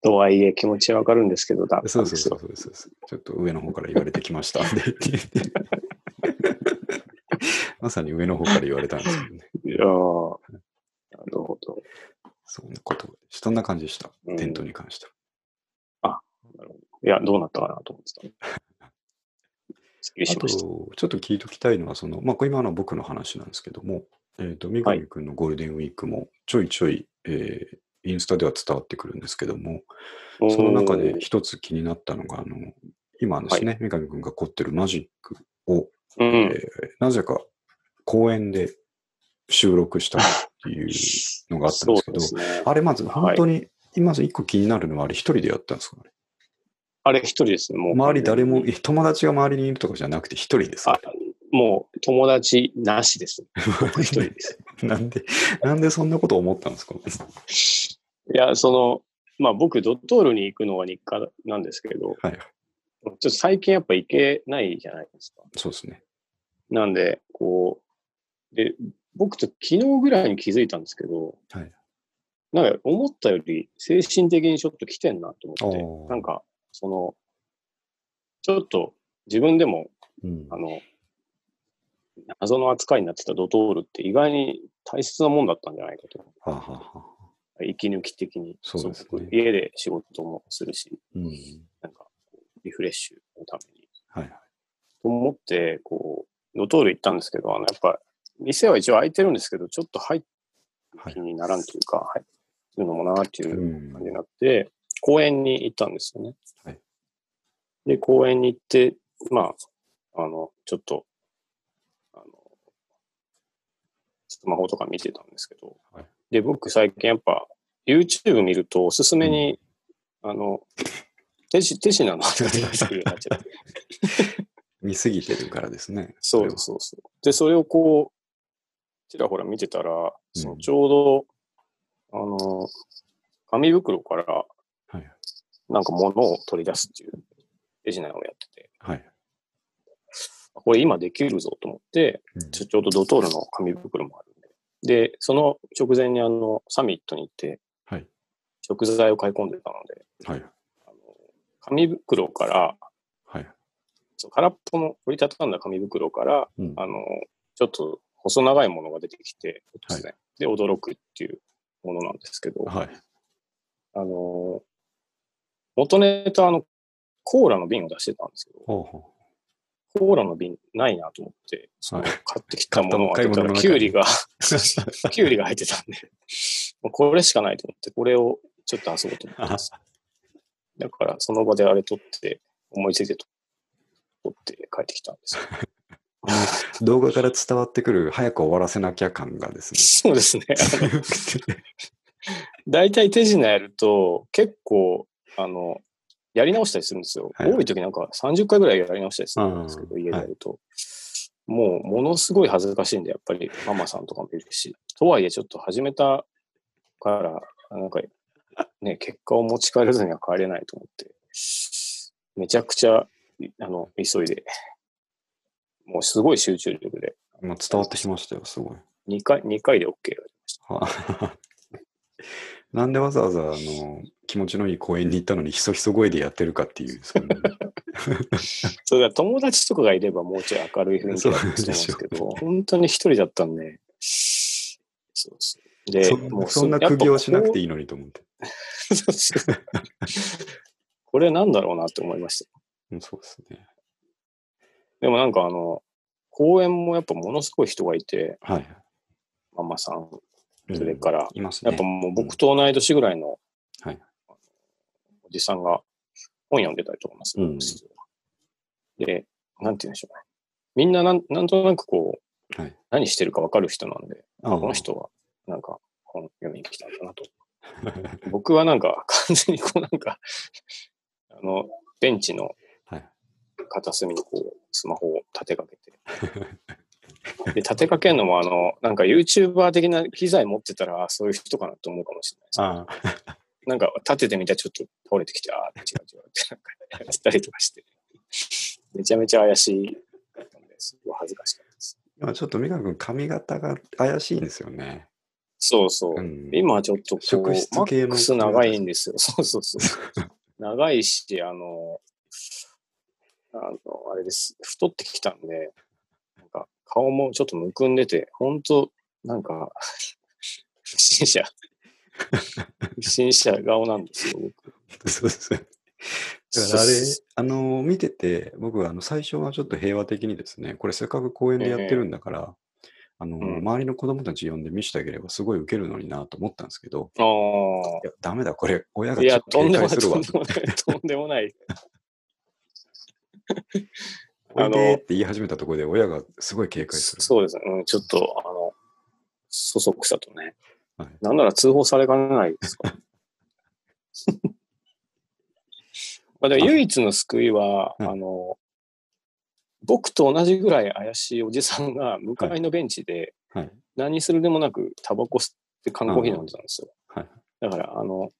A: とはいえ気持ちはわかるんですけど、だ
B: た。そうそうそうそうそうそう。ちょっと上の方から言われてきましたんでって言って。 まさに上の方から言われたんですけどね。
A: いやーなるほど。
B: そんなこと。そんな感じでした
A: う。ん
B: テントに関しては。
A: いや、どうなったかなと思ってた。すっきり
B: あ
A: し
B: と、
A: まし
B: ち
A: た。
B: ょっと聞いておきたいのは、その、まあ、これ今のは僕の話なんですけども、えっ、と、三上君のゴールデンウィークも、ちょいちょい、えーインスタでは伝わってくるんですけども、その中で一つ気になったのが、あの、今ですね、三上君が凝ってるマジックを、
A: う
B: え
A: ん。
B: ーなぜか公園で収録したっていうのがあったんですけど、
A: そうですね
B: あれ、まず本当に、まず一個気になるのは、あれ一人でやったんですかね
A: あれ一人ですね、もう。
B: 周り誰も、え友達が周りにいるとかじゃなくて一人ですか
A: あもう友達なしです。 一人です。
B: なんで、なんでそんなこと思ったんですか
A: いや、その、まあ僕、ドトールに行くのが日課なんですけど、
B: はい。
A: ちょっと最近やっぱ行けないじゃないですか。
B: そうですね。
A: なんで、こう、で、僕と昨日ぐらいに気づいたんですけど、
B: はい
A: なんか思ったより精神的にちょっと来てんなと思っ
B: おー
A: て、なんか、その、ちょっと自分でも、
B: うん
A: あの、謎の扱いになってたドトールって意外に大切なもんだったんじゃないかと。
B: はあはあはあ
A: 息抜き的に。
B: そうですね
A: ごく家で仕事もするし、
B: うん。
A: なんか、リフレッシュのために。
B: はい。
A: と思って、こう、ドトール行ったんですけど、あの、やっぱ、店は一応開いてるんですけど、ちょっと入っ
B: はい
A: 気にならんというか、はい、っていうのもなっていうう感じに
B: ん。
A: なって、公園に行ったんですよね。
B: はい
A: で、公園に行って、まあ、あの、ちょっと、あの、スマホとか見てたんですけど、
B: はい
A: で、僕最近やっぱ、YouTube 見るとおすすめに、あの、手品手品の話が出てくるようになっ ちゃって
B: 見すぎてるからですね。
A: そうそうそう。で、それをこう、ちらほら見てたら、そのちょうど、あの、紙袋から
B: それは。
A: なんか物を取り出すっていう手品をやってて、
B: はい。はい。
A: これ今できるぞと思って、
B: うん
A: ちょちょうどドトールの紙袋もあるんで。で、その直前にあの、サミットに行って、
B: はい。
A: 食材を買い込んでたので、
B: はい。
A: あの紙袋から、
B: はい。
A: そう空っぽの折りたたんだ紙袋から、
B: うん
A: あの、ちょっと細長いものが出てきてですね、で、驚くっていうものなんですけど、
B: はい。
A: あの、元ネタ、あの、コーラの瓶を出してたんですけど、
B: ほうほ
A: コーラの瓶ないなと思って、その
B: はい
A: 買ってきたものを開けた
B: 買った
A: ら、
B: も
A: キュウリが、
B: う。
A: キュウリが入ってたんで、もうこれしかないと思って、これをちょっと遊ぼうと思 ってます。だから、その場であれ取って、思いついて取って帰ってきたんですよ。
B: 動画から伝わってくる早く終わらせなきゃ感がですね。
A: そうですね。
B: 強くて
A: 大体手品やると、結構、あの、やり直したりするんですよ。
B: はい
A: 多い時なんか30回ぐらいやり直したりするんですけ
B: う
A: ど、
B: ん
A: 家でやると。もう、ものすごい恥ずかしいんで、やっぱりママさんとかもいるし。とはいえ、ちょっと始めたから、なんか、ね、結果を持ち帰らずには帰れないと思って、めちゃくちゃ、いあの、急いで、もうすごい集中力で、
B: もう伝わってきましたよ、すごい。
A: 2回、2回で OK が出ました。
B: はなんでわざわざあの気持ちのいい公園に行ったのにひそひそ声でやってるかっていう、その
A: それが友達とかがいればもうちょい明るい雰囲気だったと思うんですけど、本当に一人だったんで、そうそう。で、
B: そ
A: も
B: ん
A: う
B: そんな苦行しなくて
A: い
B: いいのにと思って。
A: い。そう そうこれなんだろうなって思いました。
B: うんそうですね。
A: でもなんかあの、公園もやっぱものすごい人がいて、
B: はい。
A: ママさん、
B: うん
A: それから、
B: います
A: や
B: ね。
A: っぱもう僕と同い年ぐらいの、
B: はい
A: おじさんが本読んでたりとかもするんですよ。で、なんて言うんでしょうね。みんななんなんとなくこう、
B: はい
A: 何してるかわかる人なんで、
B: ああ
A: この人はなんか本読みに来たんだなと。僕はなんか完全にこうなんか、あの、ベンチの
B: はい。
A: 片隅にこうスマホを立てかけて。で、立てかけるのもあの、なんか YouTuber 的な機材持ってたら、あそういう人かなと思うかもしれないです。
B: ああ
A: なんか立ててみたらちょっと倒れてきて、ああ、違う違うってなんかやったりとかして。めちゃめちゃ怪しいので。すごい恥ずかしかったです。
B: 今ちょっと三上君、髪型が怪しいんですよね。
A: そうそう。
B: うん、
A: 今ちょっとこう、
B: 職
A: マ
B: 質系の
A: ックス長いんですよ。 そうそ うそう。長いし、あの、あの、あれです。太ってきたんで、なんか顔もちょっとむくんでて、本当なんか、不 審者、不審者顔なんですよ、僕。
B: そうですね。だからあれ、あの見てて、僕はあの最初はちょっと平和的にですね、これせっかく公園でやってるんだから、あの
A: うん
B: 周りの子供たち呼んで見せてあげればすごい受けるのになと思ったんですけど、
A: ああ。
B: いや、ダメだ、これ、親が
A: い
B: ちょ
A: や、
B: っと
A: と
B: 警
A: んでも
B: 戒
A: な
B: す
A: い、
B: る
A: と
B: わ
A: ん。でもない、とんでもない。
B: おい
A: あの
B: でって言い始めたところで、親がすごい警戒する。
A: そうですね、うんちょっと、あの、そそくさとね、
B: はい
A: なんなら通報されかねないで すから。まあでも唯一の救いは、
B: うん
A: あの、僕と同じぐらい怪しいおじさんが向かいのベンチで
B: はい。
A: 何するでもなくタバコ吸って缶コーヒー飲んでたんですよ。
B: うんはい
A: だから、あの、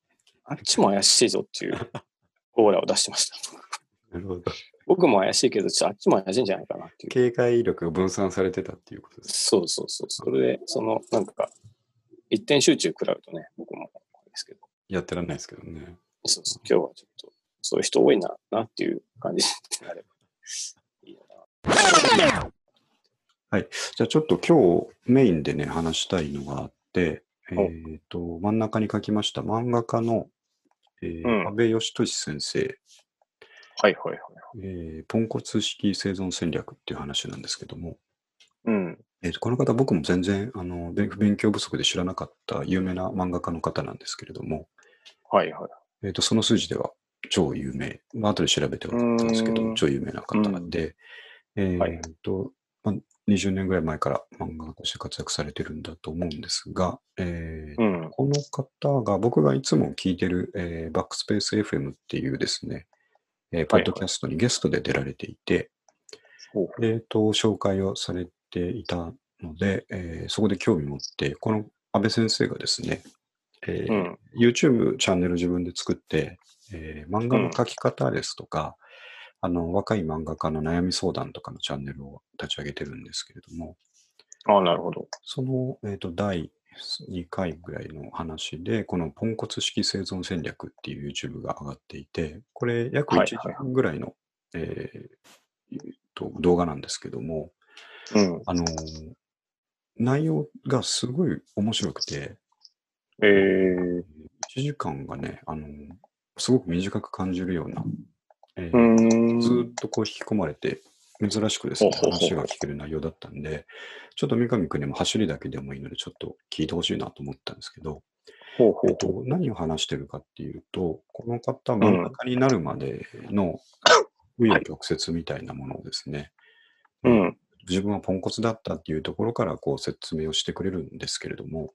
B: あっ
A: こっちも怪しいぞっていうオーラを出してました。
B: なるほど。
A: 僕も怪しいけど、ちょっとあっちも怪しいんじゃないかなっていう。
B: 警戒力が分散されてたっていうことです。
A: そうそうそう。それで、その、なんか、一点集中食らうとね、僕もあれですけど、
B: やってらんないですけどね。
A: そうそう今日はちょっと、そういう人多いな、なっていう感じになればいいのかな。
B: じゃあちょっと今日メインでね、話したいのがあって、えっ、と、真ん中に書きました漫画家の、えー
A: うん
B: 安倍義俊先生、
A: はいはいはい。
B: えーポンコツ式生存戦略っていう話なんですけども、
A: うん。
B: えーとこの方僕も全然あの勉勉強不足で知らなかった有名な漫画家の方なんですけれども、
A: はいはい。
B: えーとその数字では超有名、まあ後で調べて分かったんですけど
A: うーん
B: も、超有名な方で、え
A: はい
B: ーとまあ、20年ぐらい前から漫画家として活躍されてるんだと思うんですが、えー
A: うん。
B: この方が僕がいつも聞いてる、えーバックスペース FM っていうですね、えーポッドキャストにゲストで出られていて、
A: ほう
B: えーと紹介をされていたので、えーそこで興味持って、この安倍先生がですね、えー
A: うん。
B: YouTube チャンネル自分で作って、えー漫画の書き方ですとか、あの若い漫画家の悩み相談とかのチャンネルを立ち上げてるんですけれども、
A: ああ、なるほど。
B: その、えー、と第2回ぐらいの話で、このポンコツ式生存戦略っていう YouTube が上がっていて、これ約
A: は
B: 1
A: い
B: 時間ぐらいの、えーえっと動画なんですけども、
A: うん。
B: あのー内容がすごい面白くて、
A: えー、
B: 1時間がね、あのーすごく短く感じるような、え
A: う
B: ー
A: ーん。
B: ずーっとこう引き込まれて、珍しくですね、
A: ほうほうほう
B: 話が聞ける内容だったんで、ちょっと三上くんにも走りだけでもいいので、ちょっと聞いてほしいなと思ったんですけど、
A: ほうほ
B: えっ
A: うほ
B: と、
A: う。
B: 何を話してるかっていうと、この方、
A: ん
B: 漫画家になるまでの紆余曲折みたいなものをですね、
A: うん。
B: 自分はポンコツだったっていうところからこう説明をしてくれるんですけれども、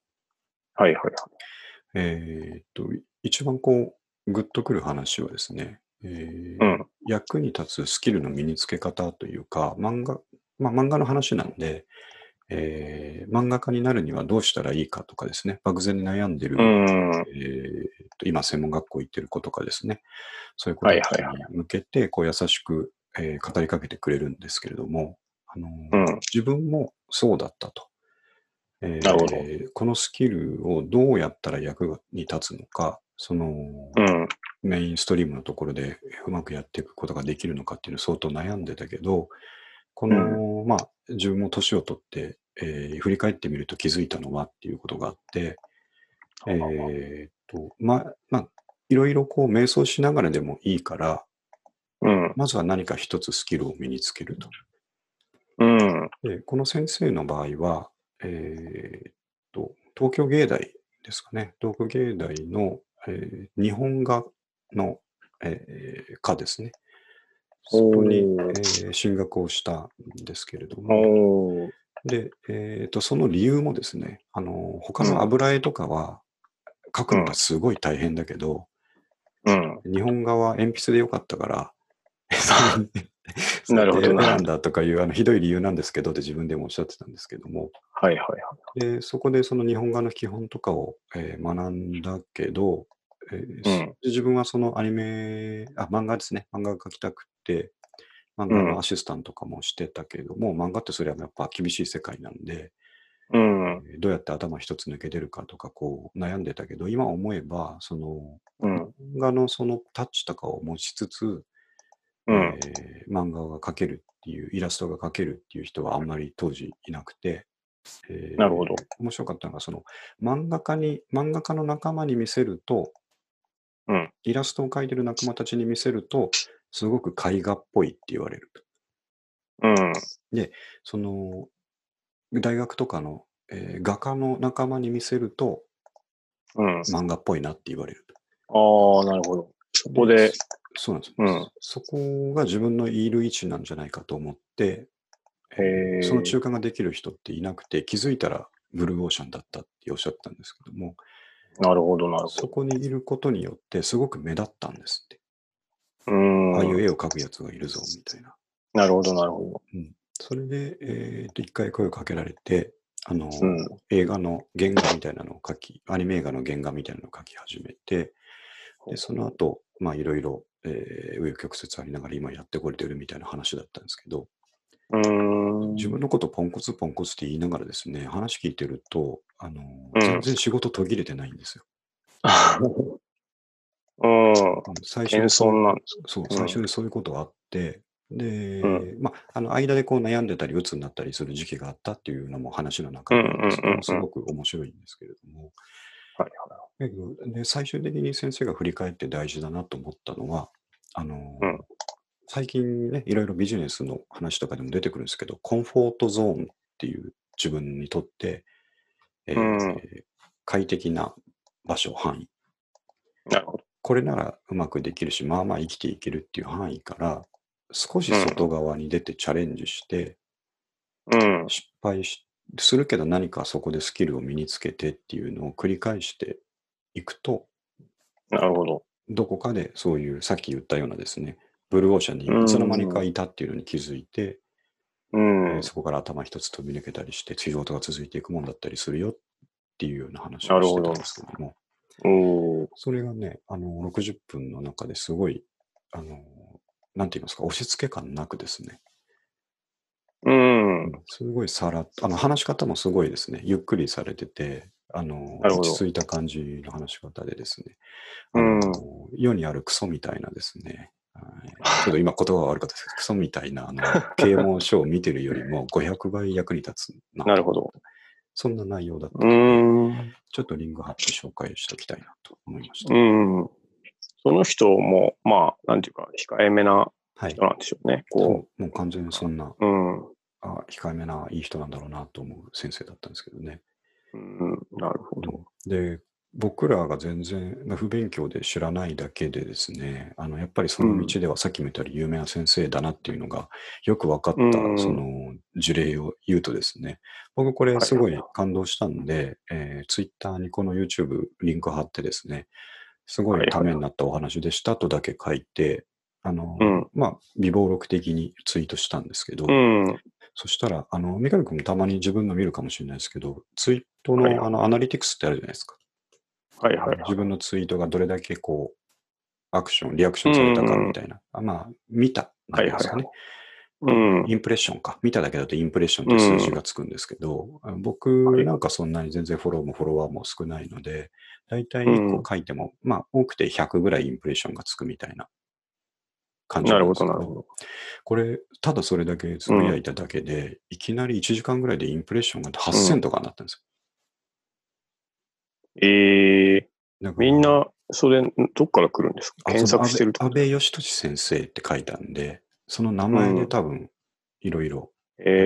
A: はいはいはい。
B: えーっと、一番こう、グッとくる話はですね、えー
A: うん。
B: 役に立つスキルの身につけ方というか、漫画、まあ漫画の話なので、えー漫画家になるにはどうしたらいいかとかですね、漠然に悩んでる
A: うん。
B: えーと今、専門学校行ってる子とかですね、そういう子たち
A: はいはいは
B: に向けて、こう、優しく、えー語りかけてくれるんですけれども、あのー
A: うん
B: 自分もそうだったと。えー
A: なるほど
B: このスキルをどうやったら役に立つのか、その、
A: うん。
B: メインストリームのところでうまくやっていくことができるのかっていうのを相当悩んでたけど、この、まあ、自分も年を取って、えー振り返ってみると気づいたのはっていうことがあって、えーっと、まあ、まあ、いろいろこう、瞑想しながらでもいいから、
A: うん。
B: まずは何か一つスキルを身につけると。
A: うん。
B: で、この先生の場合は、えーっと、東京芸大ですかね。東京芸大の、えー日本画の、えー科ですね。そこに、え
A: おー
B: ー進学をしたんですけれども、
A: おー。
B: で、えーっと、その理由もですね、あの、他の油絵とかは、描くのがすごい大変だけど、
A: うん。
B: 日本画は鉛筆でよかったから、
A: なるほどな
B: 選んだとかいうあのひどい理由なんですけどって自分でもおっしゃってたんですけども、
A: はいはいはい。
B: でそこでその日本画の基本とかを、えー学んだけど、えー
A: うん
B: 自分はそのアニメ、あ、漫画ですね、漫画が描きたくて、漫画のアシスタントとかもしてたけれども、漫画ってそれはやっぱ厳しい世界なんで、
A: うん。
B: えーどうやって頭一つ抜け出るかとかこう悩んでたけど、今思えば、その
A: うん。
B: 漫画のそのタッチとかを持ちつつ、
A: うん。
B: えー漫画が描けるっていう、イラストが描けるっていう人はあんまり当時いなくて、えー
A: なるほど。
B: 面白かったのが、その漫画家に、漫画家の仲間に見せると、
A: うん
B: イラストを描いてる仲間たちに見せると、すごく絵画っぽいって言われると。
A: うん。
B: その、大学とかの、えー画家の仲間に見せると、
A: うん。
B: 漫画っぽいなって言われると。
A: ああ、なるほど。そこで、
B: そうなんです、
A: うん
B: そこが自分のいる位置なんじゃないかと思って、
A: へえ。
B: その中間ができる人っていなくて、気づいたらブルーオーシャンだったっておっしゃったんですけども、
A: なるほど、なるほ
B: そ
A: ど。
B: こにいることによってすごく目立ったんですって。
A: うーん。
B: ああいう絵を描くやつがいるぞみたいな。
A: なるほど、なるほ
B: それで、えーと一回声をかけられて、あの、
A: うん
B: 映画の原画みたいなのを描き、アニメ映画の原画みたいなのを描き始めて、
A: ど。
B: でその後、まあいろいろ、えー、紆余曲折ありながら今やってこれてるみたいな話だったんですけど、
A: うーん。
B: 自分のことポンコツポンコツって言いながらですね、話聞いてると、あの、
A: うん
B: 全然仕事途切れてないんですよ。
A: うん。
B: あの最初に
A: 謙遜なんです
B: そう、
A: うん
B: 最初にそういうことがあって、で、
A: う
B: まあ、あの間でこう悩んでたり、鬱になったりする時期があったっていうのも話の中で、
A: うんうんうんうん
B: それもすごく面白いんですけれども、
A: はい
B: だけどで最終的に先生が振り返って大事だなと思ったのは、あの、
A: うん
B: 最近ね、いろいろビジネスの話とかでも出てくるんですけど、コンフォートゾーンっていう自分にとって、えー
A: うん
B: 快適な場所、範囲。
A: なるほど。
B: これならうまくできるし、まあまあ生きていけるっていう範囲から、少し外側に出てチャレンジして、
A: うん。
B: 失敗しするけど何かそこでスキルを身につけてっていうのを繰り返していくと、
A: なるほど。
B: どこかでそういう、さっき言ったようなですね、ブルーオーシャンにいつの間にかいたっていうのに気づいて、
A: うん。
B: え
A: な
B: ーそこから頭一つ飛び抜けたりして、仕事が続いていくもんだったりするよっていうような話
A: な
B: を
A: る
B: し
A: ほ
B: て
A: ど
B: たんですけども、
A: おー
B: それがね、あの、60分の中ですごい、あの、なんて言いますか、押し付け感なくですね、
A: うん。
B: すごいさらっと、あの、話し方もすごいですね、ゆっくりされてて、あの、
A: なる
B: 落
A: ほど
B: ち着いた感じの話し方でですね。
A: うん
B: あの世にあるクソみたいなですね。 はいちょっと今言葉が悪かったですけど、クソみたいなあの啓蒙書を見てるよりも500倍役に立つな。
A: なるほど。
B: そんな内容だった
A: う
B: ので
A: ーん。
B: ちょっとリング貼って紹介しておきたいなと思いました。
A: うん。その人も、まあ、なんていうか、控えめな
B: はい
A: 人。なんでしょうね。こ
B: そうもう完全にそんな
A: う。うん。
B: あ控えめないい人なんだろうなと思う先生だったんですけどね。
A: うん、なるほど。
B: で、僕らが全然まあ不勉強で知らないだけでですね、あのやっぱりその道ではさっきも言ったように有名な先生だなっていうのがよく分かった
A: うん
B: その事例を言うとですね、僕これすごい感動したんで、えー、Twitter にこの YouTube リンク貼ってですね、すごいためになったお話でしたとだけ書いて、あの、
A: うん。
B: まあ、微暴録的にツイートしたんですけど、
A: うん。
B: そしたら、あの、三上君もたまに自分の見るかもしれないですけど、ツイート
A: はい
B: のあのアナリティクスってあるじゃないですか。
A: はいはいは
B: 自分のツイートがどれだけこう、アクション、リアクションされたかみたいな。あまあ、見たなんですかね、
A: はいはいい。うん。
B: インプレッションか。見ただけだとインプレッションって数字がつくんですけど、あの僕
A: はい
B: なんかそんなに全然フォローもフォロワーも少ないので、大体
A: うん
B: 1個書いても、まあ多くて100ぐらいインプレッションがつくみたいな感じ
A: なる
B: ん
A: ほ
B: です
A: ど、
B: け
A: なるほど。
B: これ、ただそれだけつぶやいただけで、いきなり1時間ぐらいでインプレッションが8000とかになったんです
A: ええ
B: よ。だから
A: みん、な、それ、どっから来るんですか
B: あ
A: 検索してる
B: そ
A: と
B: の
A: か。
B: 安倍安倍義俊先生って書いたんで、その名前で多分、いろいろ調べて
A: ええ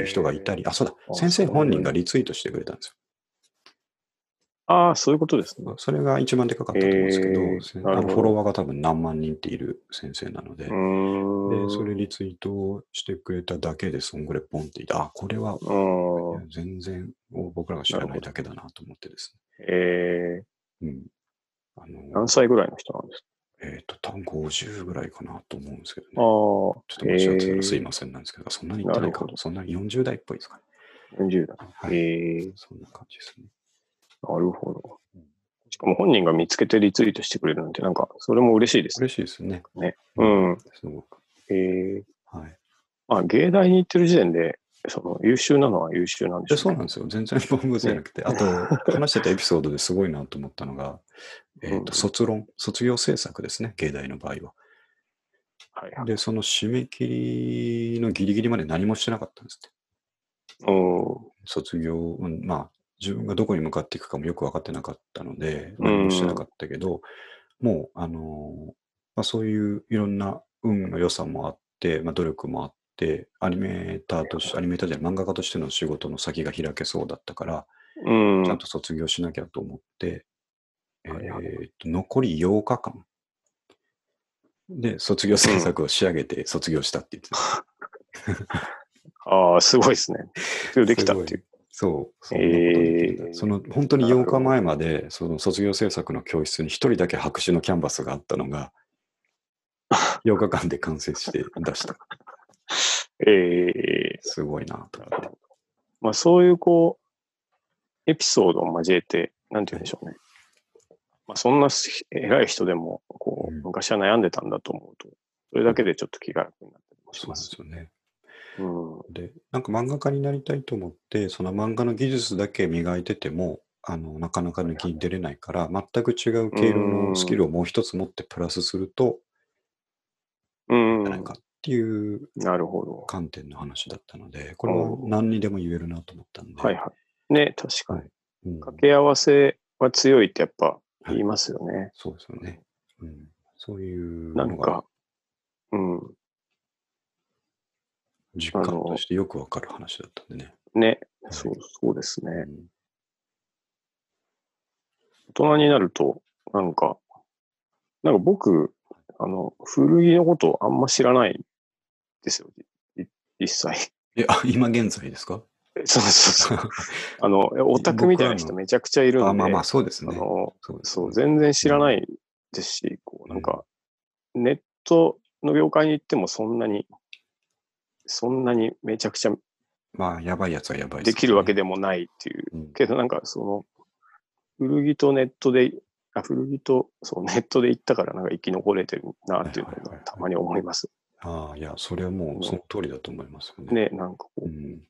B: る人がいたり、あ、そうだ、
A: あ
B: 先生
A: そう
B: 本人がリツイートしてくれたんですよ。
A: ああ、そういうことですね。
B: それが一番でかかったと思うんですけど、
A: へー
B: せ
A: なる
B: あ
A: ほど
B: のフォロワーが多分何万人っている先生なので、
A: うーん。
B: でそれリツイートしてくれただけで、そんぐらいポンっていた、あ、これは
A: うん。
B: 全然僕らが知らないだけだなと思ってです
A: ええ
B: ね。うん。あの
A: 何、歳ぐらいの人なんですか
B: えっ、と、多分50ぐらいかなと思うんですけどね。
A: あ
B: ち
A: あ。
B: ょっと間違ってたらすい
A: ま
B: ませんなんですけど、そんなにいってない
A: なる
B: か
A: ほ
B: も。
A: ど
B: そんな40代っぽいですかね。
A: せん。40代。
B: はい。
A: ええ
B: そんな感じですね。
A: なるほど。しかも本人が見つけてリツイートしてくれるなんて、なんか、それも嬉しいですね。
B: 嬉しいですね。
A: ねうん。
B: すごく。
A: ええ
B: はい。
A: まあ、芸大に行ってる時点で、その優秀なのは優秀なんで
B: で
A: し
B: そ
A: ょ
B: うう
A: ね
B: なんですよ。全然僕じゃなくて。あと、話してたエピソードですごいなと思ったのが、えっ、
A: うん
B: と、卒論、卒業制作ですね、芸大の場合は。
A: はいはい。
B: で、その締め切りのギリギリまで何もしてなかったんですって。
A: うん
B: 卒業、うんまあ、自分がどこに向かっていくかもよく分かってなかったので、何もしてなかったけど、もう、あのーまあ、そういういろんな運の良さもあって、まあ、努力もあって、アニメーターとして、アニメーターじゃない、漫画家としての仕事の先が開けそうだったから、
A: うん。
B: ちゃんと卒業しなきゃと思って、
A: はいはい
B: えーっと、残り8日間で卒業制作を仕上げて卒業したって言ってた。
A: ああ、すごいですね。卒業できたっていう。
B: そう、そんなことできるんだ
A: えー
B: その本当に8日前まで、その卒業制作の教室に1人だけ白紙のキャンバスがあったの が、8日間で完成して出した。
A: ええ
B: すごいなと思って。
A: まあ、そういう、こう、エピソードを交えて、なんて言うんでしょうね。まあ、そんなす偉い人でも、こう、
B: うん
A: 昔は悩んでたんだと思うと、それだけでちょっと気が楽になったりも
B: そう
A: し
B: なん
A: ま。
B: ですすよね。
A: うん。
B: で、なんか漫画家になりたいと思って、その漫画の技術だけ磨いてても、あのなかなか抜きに出れないから、全く違う経路のスキルをもう一つ持ってプラスすると、
A: うん。
B: なんかっていう
A: なるほど。
B: 観点の話だったので、これは何にでも言えるなと思ったんで。
A: はいはい。ね、確かに。
B: うん
A: 掛け合わせは強いってやっぱ
B: はい
A: 言いますよね。
B: そうですよね。うん、そういう
A: な
B: の
A: ん
B: が
A: か、うん。
B: 実感としてよくわかる話だったんでね。
A: ね、
B: はい
A: そう、そうですね。
B: うん
A: 大人になると、なんか、なんか僕、あの、古着のことあんま知らないんですよ、い一切。
B: え、あ、今現在ですか
A: そう そうそう。あの、オタクみたいな人めちゃくちゃいるんで、
B: あまあまあ、そうです
A: あ
B: ね。
A: の、
B: そうですね
A: そう、全然知らないですし、こう、なんか、ネットの業界に行ってもそんなに、そんなにめちゃくちゃ
B: まあ、やばいやつはやばい
A: できるわけ
B: で
A: でもないっていう
B: すね。うん
A: けどなんかその古着とネットであ古着とそうネットで行ったからなんか生き残れてるなっていう
B: はいはい
A: の
B: はい
A: が
B: はい
A: たまに思います
B: ああ、いや、それはもうその通りだと思いますよね。
A: ねなんかこ
B: うん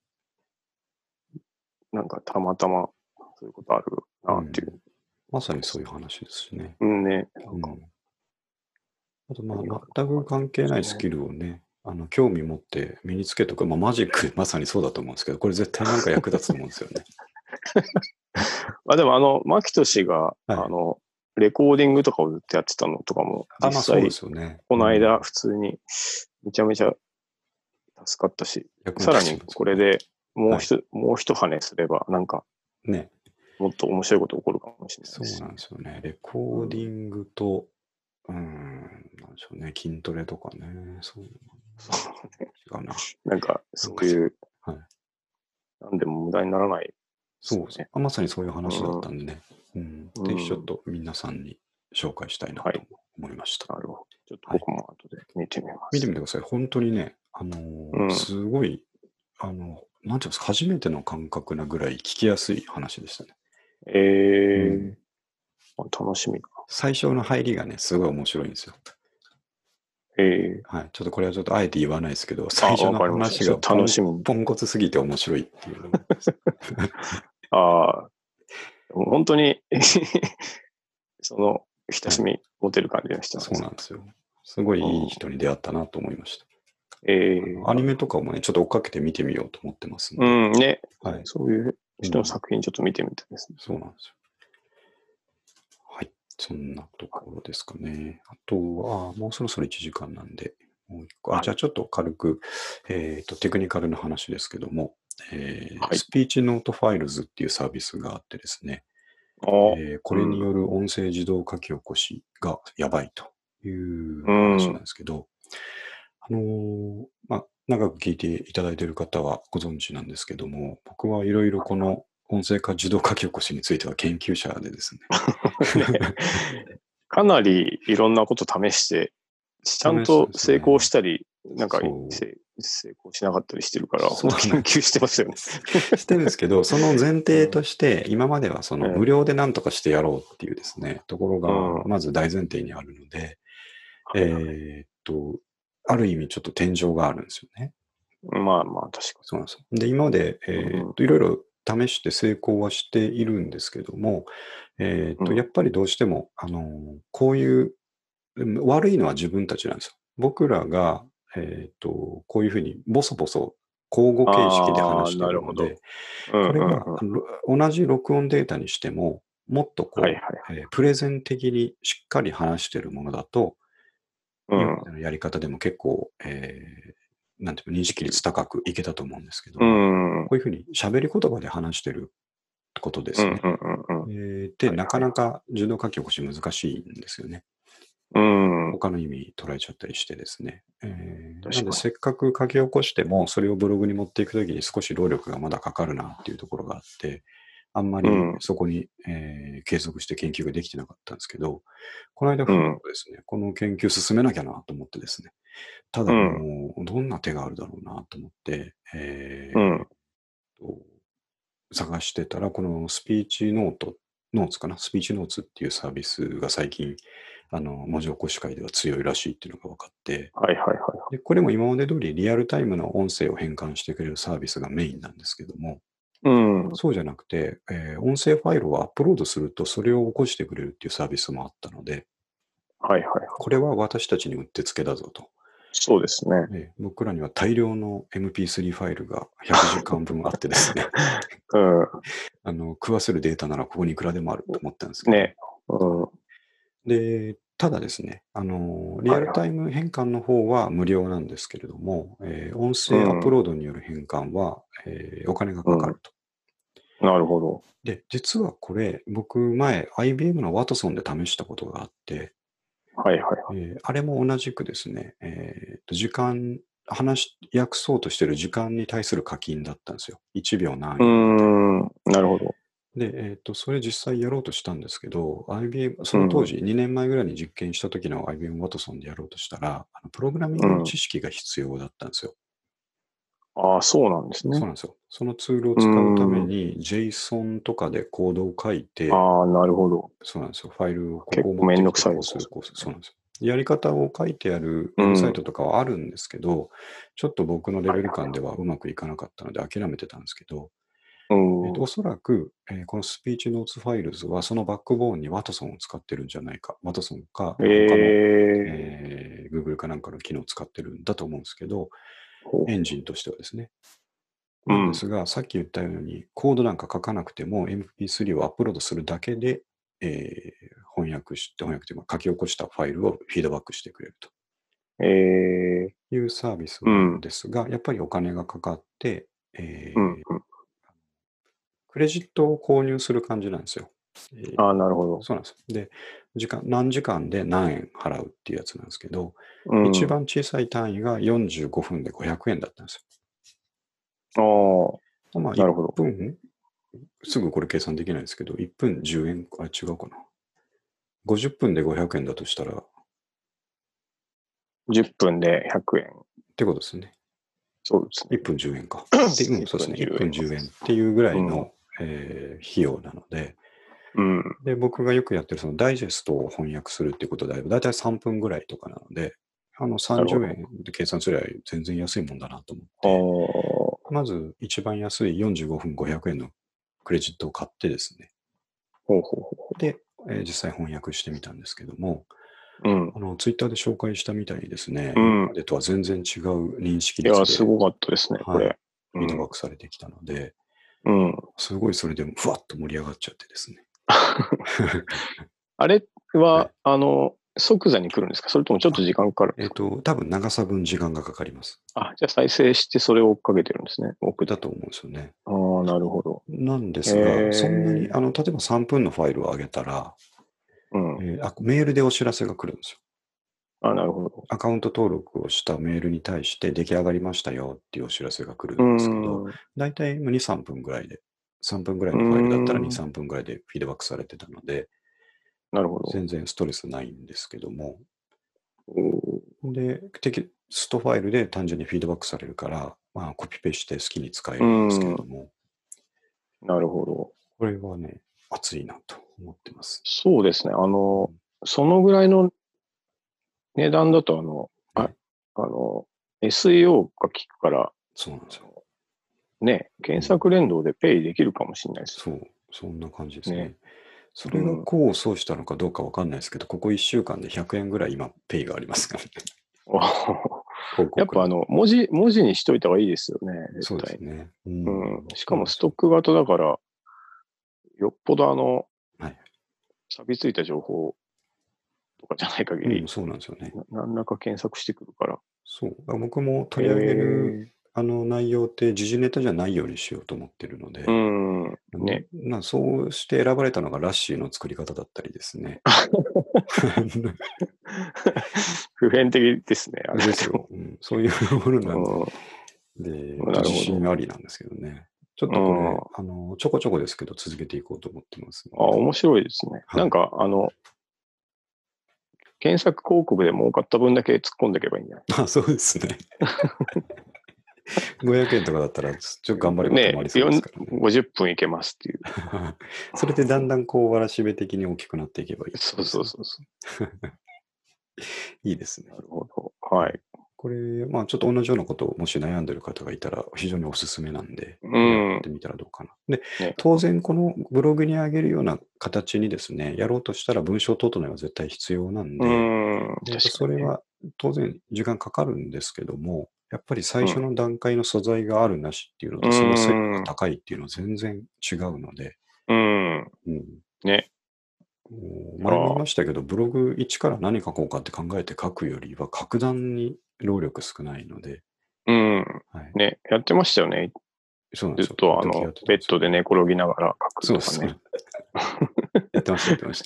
A: うなんかたまたまそういうことあるなっていう。
B: まさにそういう話ですしね。
A: うん、ね。
B: うんあと、まあ、全く関係ないスキルをね、あの興味持って身につけとか、まあ、マジック、まさにそうだと思うんですけど、これ絶対なんか役立つと思うんです よね。
A: まあでも、あの、牧俊氏が、
B: い
A: あの、レコーディングとかをずっとやってたのとかも、
B: あ、
A: 実
B: まあ、そう
A: 際
B: で、すよね。
A: この間、普通に、めちゃめちゃ助かったし、
B: 役
A: さら
B: 立ちますよね、
A: にこれでもうひと、もう一跳ねすれば、なんか、
B: ね、
A: もっと面白いこと起こるかもしれない
B: そ
A: です
B: うなんですよね。レコーディングと、うーん、なんでしょうね、筋トレとかね、そういうの違うな。
A: なんか、そういう、
B: はい
A: なんでも無駄にならない。
B: そう
A: ですね。
B: あまさにそういう話だったんでね。うん。
A: うん
B: ぜひちょっと皆さんに紹介したいなと
A: はい
B: 思いました。
A: なるほど。ちょっと僕も後で見てみます。
B: 見てみてください。本当にね、あのー
A: うん
B: すごい、あの、なんていうんですか、初めての感覚なぐらい聞きやすい話でしたね。
A: え
B: う
A: ー
B: ん
A: まあ楽しみだ。
B: 最初の入りがね、すごい面白いんですよ。
A: え
B: はい。ちょっとこれはちょっとあえて言わないですけど、
A: ー、
B: 最
A: あ、
B: 初の
A: わかりまし
B: 話が
A: た。ちょっと楽しみ。
B: ポンコツすぎて面白いっていうのが。
A: ああ、もう本当に、 その、親しみ持てる感じの人
B: そうなんですよ。すごいいい人に出会ったなと思いました。
A: え
B: アニメとかもね、ちょっと追っかけて見てみようと思ってますん
A: え
B: で、
A: うん、ね、
B: はい。
A: そういう人の作品ちょっと見てみたいですね。
B: そうなんですよ。はい。そんなところですかね。あとは、あもうそろそろ1時間なんで、もう一個。あ、じゃあちょっと軽く、えっ、と、テクニカルな話ですけども、えー
A: はい
B: スピーチノートファイルズっていうサービスがあってですね、
A: ああ、
B: えーこれによる音声自動書き起こしがやばいという話なんですけど、あのーまあ、長く聞いていただいている方はご存知なんですけども、僕はいろいろこの音声化自動書き起こしについては研究者でですね、
A: かなりいろんなこと試して、ちゃんと成功したり、なんか
B: そう
A: せ成功しなかったりしてるから、
B: そ
A: 本
B: う
A: 当に研究してますよね。
B: して るんですけど、その前提として、今まではその無料で何とかしてやろうっていうですね、ところが
A: うん
B: まず大前提にあるので、えーっと、ある意味ちょっと天井があるんですよね。
A: まあまあ、確か
B: そうなんですよ。で、今まで、えーっといろいろ試して成功はしているんですけども、えーっと
A: うん
B: やっぱりどうしても、あのーこういう、うん悪いのは自分たちなんですよ。僕らが、えーっとこういうふうにボソボソ交互形式で話しているの
A: あーな
B: で
A: る、に。う
B: こ
A: ん
B: れ
A: うん
B: が
A: うん
B: ろ同じ録音データにしても、もっとこう、
A: はいはい
B: えープレゼン的にしっかり話してるものだと、
A: うん
B: 今までのやり方でも結構、えーなんていうの認識率高くいけたと思うんですけど、
A: うん
B: こういうふうに喋り言葉で話してることですね。
A: うんうん
B: えー
A: はい
B: で、
A: はい
B: なかなか自動書き起こし難しいんですよね。
A: うんうん
B: 他の意味捉えちゃったりしてですね。えー
A: 確か
B: な
A: に
B: ので、せっかく書き起こしても、それをブログに持っていくときに少し労力がまだかかるなっていうところがあって、あんまり
A: うん
B: そこに、えー継続して研究ができてなかったんですけど、この間、ふ
A: うん
B: とですね、この研究進めなきゃなと思ってですね、ただ
A: うん
B: もう、どんな手があるだろうなと思って、え
A: う
B: ー
A: ん
B: と探してたら、このスピーチノート、ノーツかな、スピーチノーツっていうサービスが最近、あの文字起こし会では強いらしいっていうのが分かって、
A: はいはいは
B: でこれも今まで通りリアルタイムの音声を変換してくれるサービスがメインなんですけども、
A: い。うん。
B: そうじゃなくて、えー音声ファイルをアップロードするとそれを起こしてくれるっていうサービスもあったので、
A: はいはい。
B: これは私たちにうってつけだぞと。
A: そうですね。
B: で僕らには大量の MP3 ファイルが110巻分あってですね、
A: う
B: あの食わせるデータならここにいくらでもあると思ったんですけ
A: ん。
B: ど、
A: ね。うん。
B: で、ただですね、あの、リアルタイム変換の方は無料なんですけれども、えー音声アップロードによる変換は、えーお金がかかると。
A: なるほど。
B: で、実はこれ、僕前、IBM のワトソンで試したことがあって、
A: はいはい
B: えーあれも同じくですね、えーと時間、話し、訳そうとしてる時間に対する課金だったんですよ。1秒何
A: うー
B: 円。
A: ん。なるほど。
B: で、えっ、と、それ実際やろうとしたんですけど、IBM、その当時、2年前ぐらいに実験した時の IBM ワトソンでやろうとしたら、あのプログラミングの知識が必要だったんですよ。
A: ああ、そうなんです
B: そう
A: ね。
B: なんですよ。そのツールを使うために、JSON とかでコードを書いて、
A: ああ、なるほど。
B: そうなんですよ。ファイルをこ
A: 結
B: こを
A: 構
B: 持って
A: めんど
B: きて
A: くさい
B: こうする、こうする。そうなんですよ。やり方を書いてあるウェブサイトとかはあるんですけど、ちょっと僕のレベル感ではうまくいかなかったので諦めてたんですけど、
A: うん
B: えーとおそらく、えーこのスピーチノーツファイルズはそのバックボーンにワトソンを使ってるんじゃないか、ワトソンか、他の
A: えー
B: えー Google かなんかの機能を使ってるんだと思うんですけど、
A: ほう
B: エンジンとしてはですね。
A: うん
B: なんですが、さっき言ったように、コードなんか書かなくても MP3 をアップロードするだけで、えー翻訳して、翻訳というか書き起こしたファイルをフィードバックしてくれると
A: えー
B: いうサービスなんですが、やっぱりお金がかかって、えー
A: うんうん
B: クレジットを購入する感じなんですよ。えー
A: ああ、なるほど。
B: そうなんです。で、時間、何時間で何円払うっていうやつなんですけど、
A: うん
B: 一番小さい単位が45分で500円だったんです
A: ああ、
B: よ。まあ、
A: なるほど
B: 1。分すぐこれ計算できないですけど、1分10円、あ、違うかな。50分で500円だとしたら、っ
A: 10分で100円。
B: てことですね。
A: そうですね。
B: 1分10円か。 ってうんそうですね。1
A: 1
B: 分
A: 分
B: 10
A: 10
B: 円っていうぐらいの、えー費用なので
A: うん。
B: で、僕がよくやってるそのダイジェストを翻訳するっていうことであれば、だいたい3分ぐらいとかなので、あの30
A: なる
B: 円で計算すれば全然安いもんだなと思って。
A: ああ、
B: まず一番安い45分500円のクレジットを買ってですね。
A: ほうほうほ
B: で、えー実際翻訳してみたんですけども、
A: う。うん。
B: あの、ツイッターで紹介したみたいにですね、
A: うん
B: 今までとは全然違う認識
A: い
B: 率
A: や、
B: です
A: ごかったですね、こ
B: はい
A: れ。
B: フィードバックされてきたので、
A: うん。 うん
B: すごいそれでもふわっと盛り上がっちゃってですね。
A: あれ
B: はい
A: は、あの、即座に来るんですかそれともちょっと時間かかるん
B: え
A: で
B: っ、
A: すか
B: と、多分長さ分時間がかかります。
A: あ、じゃあ再生してそれを追っかけてるんですね。僕
B: だ
A: だと。
B: と思うんですよね。
A: ああ、なるほど。
B: なんですが、
A: へー
B: そんなに、あの、例えば3分のファイルを上げたら、
A: うん。
B: えーあ、メールでお知らせが来るんですよ。
A: あなるほど。
B: アカウント登録をしたメールに対して出来上がりましたよっていうお知らせが来
A: う
B: るんですけど、
A: ん。
B: だいたい2、3分ぐらいで、3分ぐらいのファイルだったら
A: う
B: 2、
A: ん
B: 3分ぐらいでフィードバックされてたので、
A: なるほど。
B: 全然ストレスないんですけども、
A: お
B: で、テキストファイルで単純にフィードバックされるから、まあ、コピペして好きに使えるんですけれども、
A: ーなるほど。
B: これはね、熱いなと思ってます。
A: そうですね。あの、そのぐらいの値段だと、あの、
B: は
A: あ
B: い
A: あの、SEO が効くから、
B: そうなんですよ。
A: ね、検索連動でペイできるかもしれないです。
B: そう、そんな感じですね。
A: ね
B: それが功を奏したのかどうかわかんないですけど、ここ1週間で100円ぐらい今、ペイがあります からね。広告
A: やっぱあの、文字、文字にしといた方がいいですよね、
B: そ
A: 絶
B: うで
A: 対
B: す
A: に。
B: ね。う
A: うん。しかもストック型だから、よっぽどあの、
B: はい
A: 錆びついた情報とかじゃない限
B: うん、
A: り、
B: そうなんですよね。
A: な何らか検索してくるから。
B: そう。だから僕も取り上げる、あの内容って時事ネタじゃないようにしようと思ってるので、
A: えーうん。ね。
B: なそうして選ばれたのがラッシーの作り方だったりですね。
A: 普遍的ですね、あれ
B: ですよ、うんそういうものなんでで、
A: うんなるほど
B: 自信ありなんですけどね。ちょっとこれ、あの、ちょこちょこですけど続けていこうと思ってます、
A: あ、面白いですね。
B: はい
A: なんか、あの、検索広告で儲かった分だけ突っ込んでいけばいいんじゃない
B: あ、そうです ね。500円とかだったら、ちょっと頑張れば
A: ね
B: 止まりそうですからね。
A: よん50分いけますっていう。
B: それでだんだんこう、わらしべ的に大きくなっていけばいい。
A: そうそうそうそ
B: いいですね
A: う。な。るほど。はい。
B: これ、まあちょっと同じようなことをもし悩んでる方がいたら非常におすすめなんで、
A: うん
B: やってみたらどうかな。で、
A: ね
B: 当然このブログに上げるような形にですね、やろうとしたら文章整えは絶対必要なんで、
A: うん。確
B: えっ
A: かに
B: とそれは当然時間かかるんですけども、やっぱり最初の段階の素材があるなしっていうのと、
A: うん
B: その成果が高いっていうのは全然違うので、
A: うん。
B: うん
A: ね。
B: もう前も言いましたけど、ブログ1から何書こうかって考えて書くよりは格段に労力少ないので、
A: うん。
B: はい、
A: ね。やってましたよね。
B: そうなんで
A: ず
B: す
A: っ
B: よ。
A: と、あ
B: 時々や
A: の
B: って、た
A: ベ
B: ん
A: ッ
B: ですよ
A: ドで寝転ぎながら
B: そ
A: 書
B: うで
A: くと
B: す
A: かね
B: ね。。 やってました、やってまし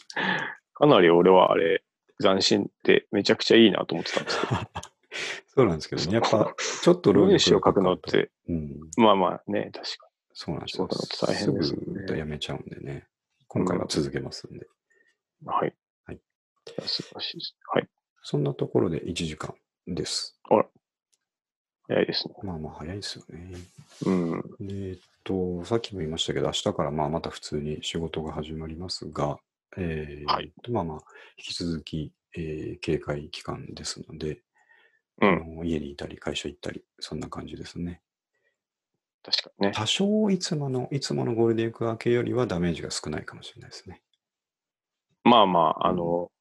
A: かなり俺はあれ、斬新でめちゃくちゃいいなと思ってたんですけど。
B: た。 そうなんですけどね、やっぱ、ちょっと労力
A: 文
B: が
A: 章を
B: か
A: 書
B: か
A: く
B: る
A: のっ
B: と、
A: て、
B: うん、
A: まあまあね、確か
B: そうなんです
A: 仕
B: よ。
A: 事だと大変ですよね
B: ぐやめちゃうんでね、今回は続けますんで。
A: に。はい。
B: はい
A: や。素晴らしいです。はい。
B: そんなところで1時間です。
A: 早いですね。
B: まあまあ早いですよね。
A: うん。
B: でえっと、さっきも言いましたけど、明日からまあまた普通に仕事が始まりますが、えー
A: はい
B: まあまあ、引き続き、えー警戒期間ですので、
A: うん
B: あの家にいたり、会社行ったり、そんな感じですね。
A: 確かにね。
B: 多少いつもの、いつものゴールデンウィーク明けよりはダメージが少ないかもしれないですね。
A: まあまあ、あの、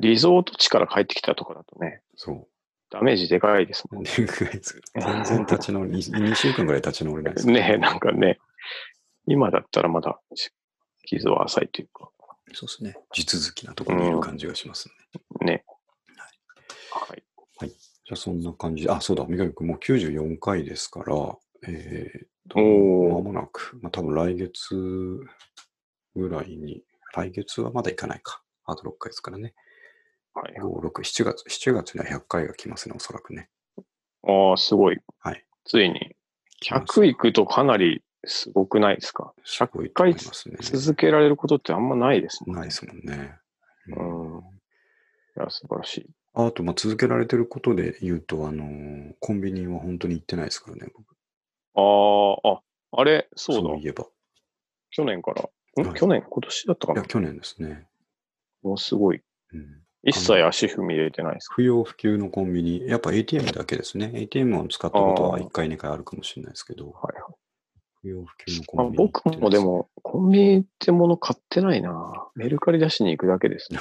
A: リゾート地から帰ってきたとこだとね、
B: そ
A: ダメージでかいです
B: う。
A: もんね。
B: でかいです全然立ち直り、2週間ぐらい立ち直れないです。
A: ねえ、なんかね、今だったらまだ傷は浅いというか、
B: そうですね。地続きなところにいる感じがしますね。
A: ね。
B: は
A: はい。
B: じゃあそんな感じで。あ、そうだ、三上君、もう94回ですから、えー、間
A: おー
B: もなく、まあ、多分来月ぐらいに、来月はまだ行かないか。あと6回ですからね。
A: はい。
B: 5、6、7月、7月には100回が来ますね、おそらくね。
A: ああ、すごい。
B: はい
A: ついに。100行くとかなりすごくないですか
B: すごいと思いますね。
A: 続けられることってあんまないですもん
B: ない
A: ね
B: で。すもんね。
A: うん。いや、素晴らしい。
B: あと、まあ、続けられてることで言うと、あのーコンビニは本当に行ってないですからね、僕。
A: ああ、あ、あれ、そうだ。
B: いえば。
A: 去年から。ん、
B: はい
A: 去年今年だったか
B: いや、
A: な
B: 去年ですね。
A: もうすごい。
B: うん、
A: 一切足踏み入れてないですか
B: 不要不急のコンビニ、やっぱ ATM だけですね。ATM を使ったことは1回、2回あるかもしれないですけど、
A: はいはい
B: 不要不急のコ
A: まあ
B: ンビニ。
A: 僕もで。も、コンビニってもの買ってないな。メルカリ出しに行くだけです ね。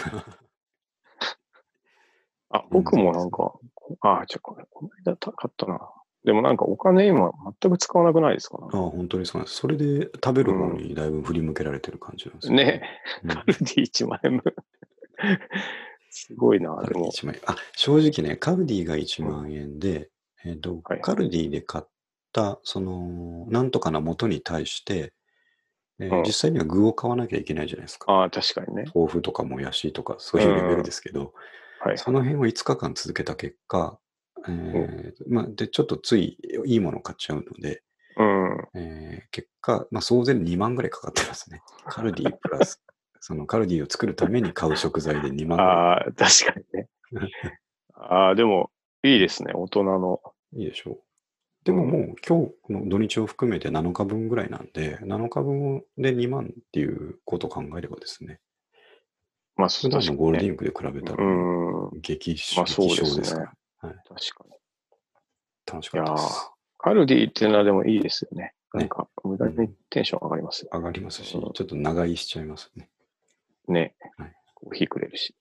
A: あ、僕もなんか、あ、じゃあこれ、この間た買ったな。でもなんかお金今全く使わなくないですか
B: ああ、本当にそうなんです。それで食べる方にだいぶ振り向けられてる感じなんですよ
A: ね。
B: うん
A: カルディ1万円分。 すごいな、
B: カル
A: で
B: ディ
A: も。
B: 1万円。あ、正直ね、カルディが1万円で、えっと
A: はい、
B: カルディで買った、その、なんとかな元に対して、えー
A: うん
B: 実際には具を買わなきゃいけないじゃないですか。
A: ああ、確かにね。
B: 豆腐とかもやしとか、そういうレベルですけど、
A: はい。
B: その辺を5日間続けた結果、えーまあ、で、ちょっとついいいもの買っちゃうので、
A: うん。
B: えー結果、まあ、総勢2万ぐらいかかってますね。カルディプラ ス、そのカルディを作るために買う食材で2万ぐら
A: ああ、確かに ね。ああ、でも、いいですね、大人の。
B: い。いいでしょう。でももう今日この土日を含めて7日分ぐらいなんで、7日分で2万っていうことを考えればですね、
A: まあ、そ
B: 普
A: う
B: 段
A: 確か
B: の
A: に
B: ゴールデンウ
A: ね
B: ィークで比べた
A: う
B: ら
A: ん。
B: 激し、
A: まあそう
B: 激
A: ですね
B: 少ですから、
A: 確かに。
B: 楽しかったで
A: いや
B: す。
A: カルディっていうのはでもいいですよね。なんか、無駄にテンション上がりますよ
B: 上がりますし、ち
A: う
B: ょ
A: ん
B: っと長居しちゃいますね。
A: ね
B: はい。
A: コーヒーくれるし。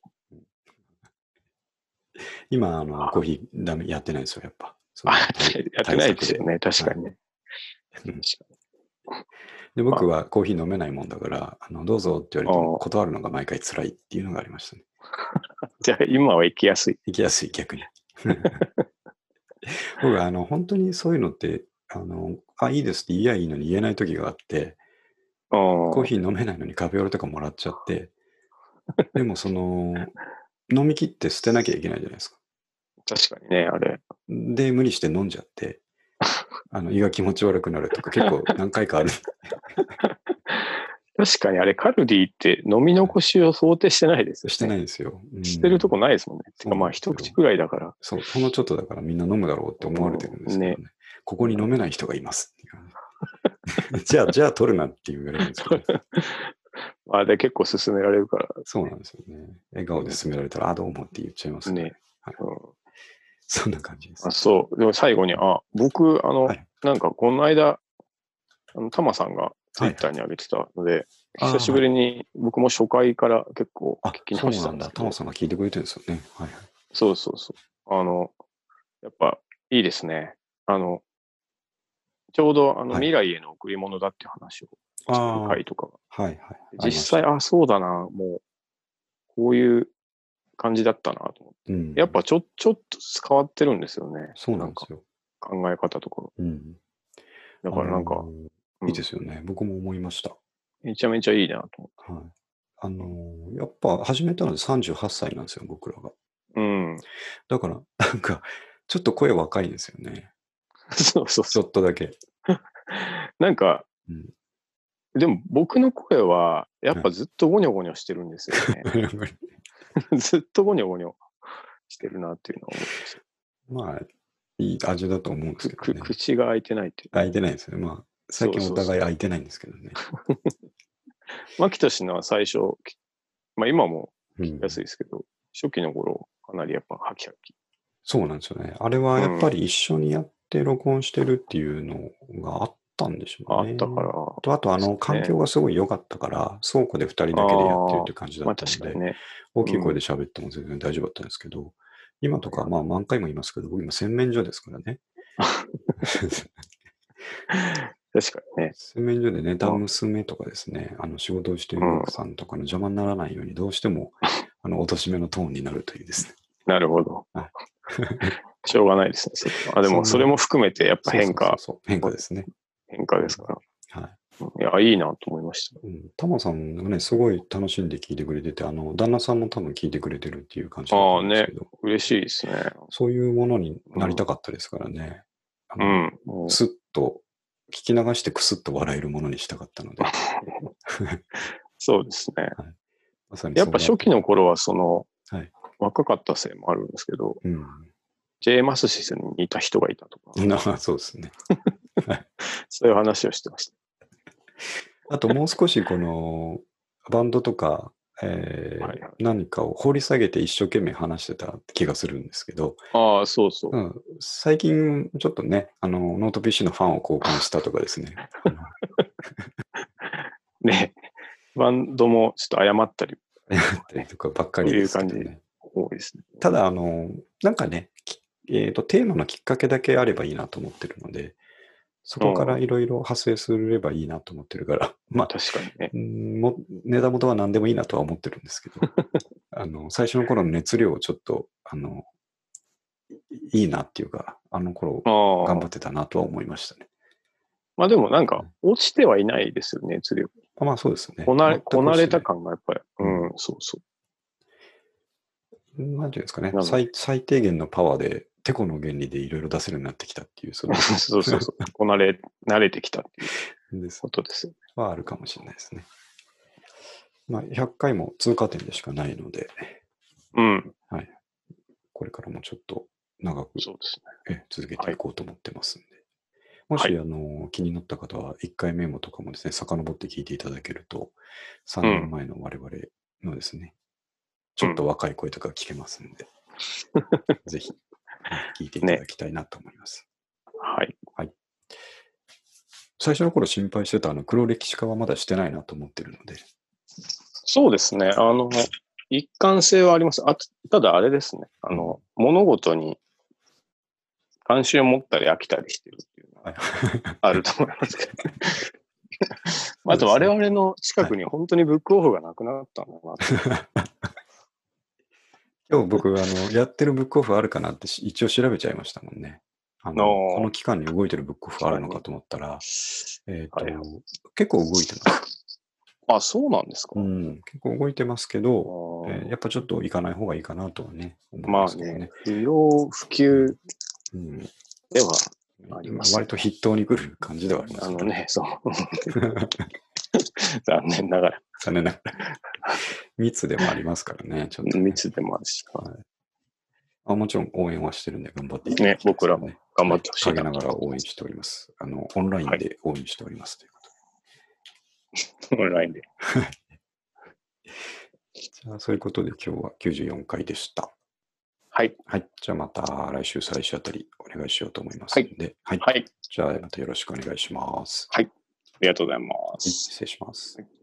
B: 今、あの、
A: あ
B: コーヒーダメ、やってないですよ、やっぱ。その
A: あ、やってないですよ。ね、確かにね。
B: 対策でうん
A: 確かに
B: で、僕はコーヒー飲めないもんだから、あの、どうぞって言われても
A: あー
B: 断るのが毎回辛いっていうのがありましたね。
A: じゃあ、今は行きやすい。
B: 行きやすい、逆 に。僕は、あの、本当にそういうのって、あの、あ、いいですって言いやいいのに言えない時があって、
A: コ
B: コーヒー飲めないのにカフェオレとかもらっちゃって、でもその、飲み切って捨てなきゃいけないじゃないですか。
A: 確かにね、あれ。
B: で、無理して飲んじゃって、あの胃が気持ち悪くなるとか結構何回かある。
A: 確かにあれ、カルディって飲み残しを想定してないですよ、ね。
B: してないんですよ。うん
A: してるとこないですもんね。てかまあ
B: そ
A: 一
B: うなんですよ
A: 口くらいだから。
B: そう、ほんのちょっとだからみんな飲むだろうって思われてるんですけどね。
A: う
B: ここに飲めない人がいますっていうねじゃあ、じゃあ取るなって言われるんですけど、
A: あれ結構勧められるか
B: そうなんですよね。笑顔で勧められたら、あ、どうもって言っちゃいます
A: ら
B: ね。
A: ね。
B: はい
A: うん
B: そんな感じです
A: あ。そう。でも最後に、あ、僕、あの、
B: はい
A: なんかこの間、あの、タマさんがツ
B: は
A: イ
B: い
A: ッターに上げてたので、
B: あー
A: 久しぶりに僕も初回から結構
B: あ
A: 聞、き
B: そ
A: 直
B: う
A: し
B: な
A: た
B: ん
A: んで
B: だ。
A: すけ
B: タ
A: ど
B: モ。さんが聞いてくれてるんですよね。はいはい。
A: そうそうそう。あの、やっぱいいですね。あの、ちょうどあの、
B: はい
A: 未来への贈り物だっていう話をしてる
B: はい
A: 回とかが
B: はい。あ
A: 実
B: りました
A: 際、あ、そうだな、もう、こういう感じだったなと思って。
B: うん、
A: やっぱちょ、ちょっとずつ変わってるんですよね。
B: そうなんで
A: か
B: すよ。
A: 考え方とか。
B: うん。
A: だからなん
B: あ
A: か
B: の、ー
A: うん
B: いいですよね。僕も思いました。
A: めちゃめちゃいいなと思
B: はい。あのーやっぱ始めたので38歳なんですよ、僕らが。
A: って。 うん。
B: だから、なんか、ちょっと声若いんですよね。
A: そうそう
B: ち
A: そ
B: ょっとだけ。
A: う。なんか、
B: うん
A: でも僕の声は、やっぱずっとゴニョゴニョしてるんですよね。 ずっとゴニョゴニョしてるなっていうのは思います。
B: まあ、いい味だと思うんです
A: く
B: け
A: く
B: どね。
A: 口が開いてないっていう。
B: 開いてないですよね。まあ、最近
A: そう
B: お
A: そうそう
B: 互い開いてないんですけどね。
A: 牧俊のは最初、まあ今も
B: うん
A: 安いですけど、初期の頃、かなりやっぱハキハキ。
B: そうなんですよね。あれはやっぱり一緒にやって録音してるっていうのがあっったんでしょ
A: あ
B: うね。
A: ったから。
B: と、あと、あの、環境がすごい良かったから、倉庫で2人だけでやってるって感じだ
A: まあ
B: った
A: 確
B: の
A: か
B: で、
A: にね。
B: 大きい声で喋っても全然大丈夫だったんですけど、今とか、まあ、何回も言いますけど、僕今、洗面所ですから ね。
A: 確かにね。
B: 洗面所で寝た娘とかですね、あの仕事をしている奥さんとかの邪魔にならないように、どうしても、あの、おとしめのトーンになるというですね。
A: なるほど
B: はい。
A: しょうがないですねそれは。あでも、それも含め て、やっぱ変
B: そう
A: 化、
B: そうそう変化ですね。
A: 変化ですから。
B: はい。
A: いや、いいなと思いました。
B: うんタモさんがね、すごい楽しんで聞いてくれてて、あの、旦那さんも多分聞いてくれてるっていう感じだと思うんですけど、
A: 嬉しいですね。
B: そういうものになりたかったですからね。
A: う
B: あの
A: ん。もう
B: すっと、聞き流してくすっと笑えるものにしたかった ので、
A: そうですね。
B: まさに
A: やっぱ初期の頃は、その、
B: はい
A: 若かったせいもあるんですけど、
B: そうな、
A: J マスシスに似た人がいたとか、
B: うん。なそうですね。
A: そういう話をしてました。
B: あともう少しこの、バンドとか、えー
A: はいはい
B: 何かを掘り下げて一生懸命話してた気がするんですけど、
A: ああ、そうそう
B: う。ん、最近、ちょっとね、あの、ノート PC のファンを交換したとか ですね。あの
A: ね。バンドもちょっと謝ったり
B: やった りとかばっかりですけど
A: そういう
B: ね。
A: 多いですね。
B: ただ、あの、なんかね、きえーと、テーマのきっかけだけあればいいなと思ってるので、そこからいろいろ派生すればいいなと思ってるから、 まあ、
A: 確かにね。
B: うんもネタ元は何でもいいなとは思ってるんですけど、 あの、最初の頃の熱量をちょっと、あの、いいいなっていうか、あの頃
A: あ
B: 頑張
A: あ。
B: ってたなとは思いましたね。
A: まあでもなんか、落ちてはいないですよね、熱量。
B: あまあそうですよね。
A: こな
B: 全く
A: こなれ
B: して
A: た
B: い
A: 感がやっぱり。うん、そうそう。
B: なんていうんですかね
A: な、んだ
B: 最最低限のパワーで、てこの原理でいろいろ出せるようになってきたっていう、その
A: そうそうそう。こなれ、慣れてきたっていう
B: です
A: ことですよ。
B: はあるかもしれないですね。まあ、100回も通過点でしかないので、
A: うん、
B: これからもちょっと長く
A: そうですね。
B: え続けていこうと思ってますんで。もし、
A: はい
B: あの気になった方は、1回メモとかもですね、遡って聞いていただけると、3年前の我々のですね、ちょっと若い声とか聞けますん で、ぜひ、聞いていただきたいなと思います。
A: はい。
B: 最初の頃心配してたあの黒歴史化はまだしてないなと思ってるので、
A: そうですね。あの、一貫性はあります。あただ、あれですね。あの、物事に関心を持ったり飽きたりしてるっていうのはあると思 いますけど。あと、我々の近くに本当にブックオフがなくなったんだなって。
B: 今日僕あのやってるブックオフあるかなってし一応調べちゃいましたもんね。あの
A: おー
B: この期間に動いてるブックオフあるのかと思ったら、えーと
A: はいは
B: 結構動いてます、
A: あ、そうなんですか。
B: うん。結構動いてますけ
A: あ
B: ど、え
A: ー
B: ーやっぱちょっと行かない方がいいかなとはね、思い
A: ま
B: ま
A: あ
B: すけど
A: ね
B: ね。、
A: 不要不急
B: うん
A: ではあります
B: 割と筆頭に来る感じではあります
A: あ
B: けど
A: のね、そう。 残念ながら、
B: 残念ながら。 密でもありますからね、ちょっとね、
A: 密でもあるし、
B: あもちろん応援はしてるんで頑張っていただ
A: ね
B: き、たいです
A: 僕
B: よ
A: らも頑張ってほしい
B: 陰
A: な
B: なが
A: と。
B: ら応援しております。あの、オンライン
A: はい
B: で応援しておりますということ
A: オンラインで。
B: で。じゃあ、そういうことで今日は94回でした。
A: はい。
B: はい。じゃあ、また来週、再来週あたりお願いしようと思いますので、はい。
A: はい。
B: じゃあ、またよろしくお願いします。
A: ありがとうございま
B: はい
A: す。
B: 失礼します。
A: はい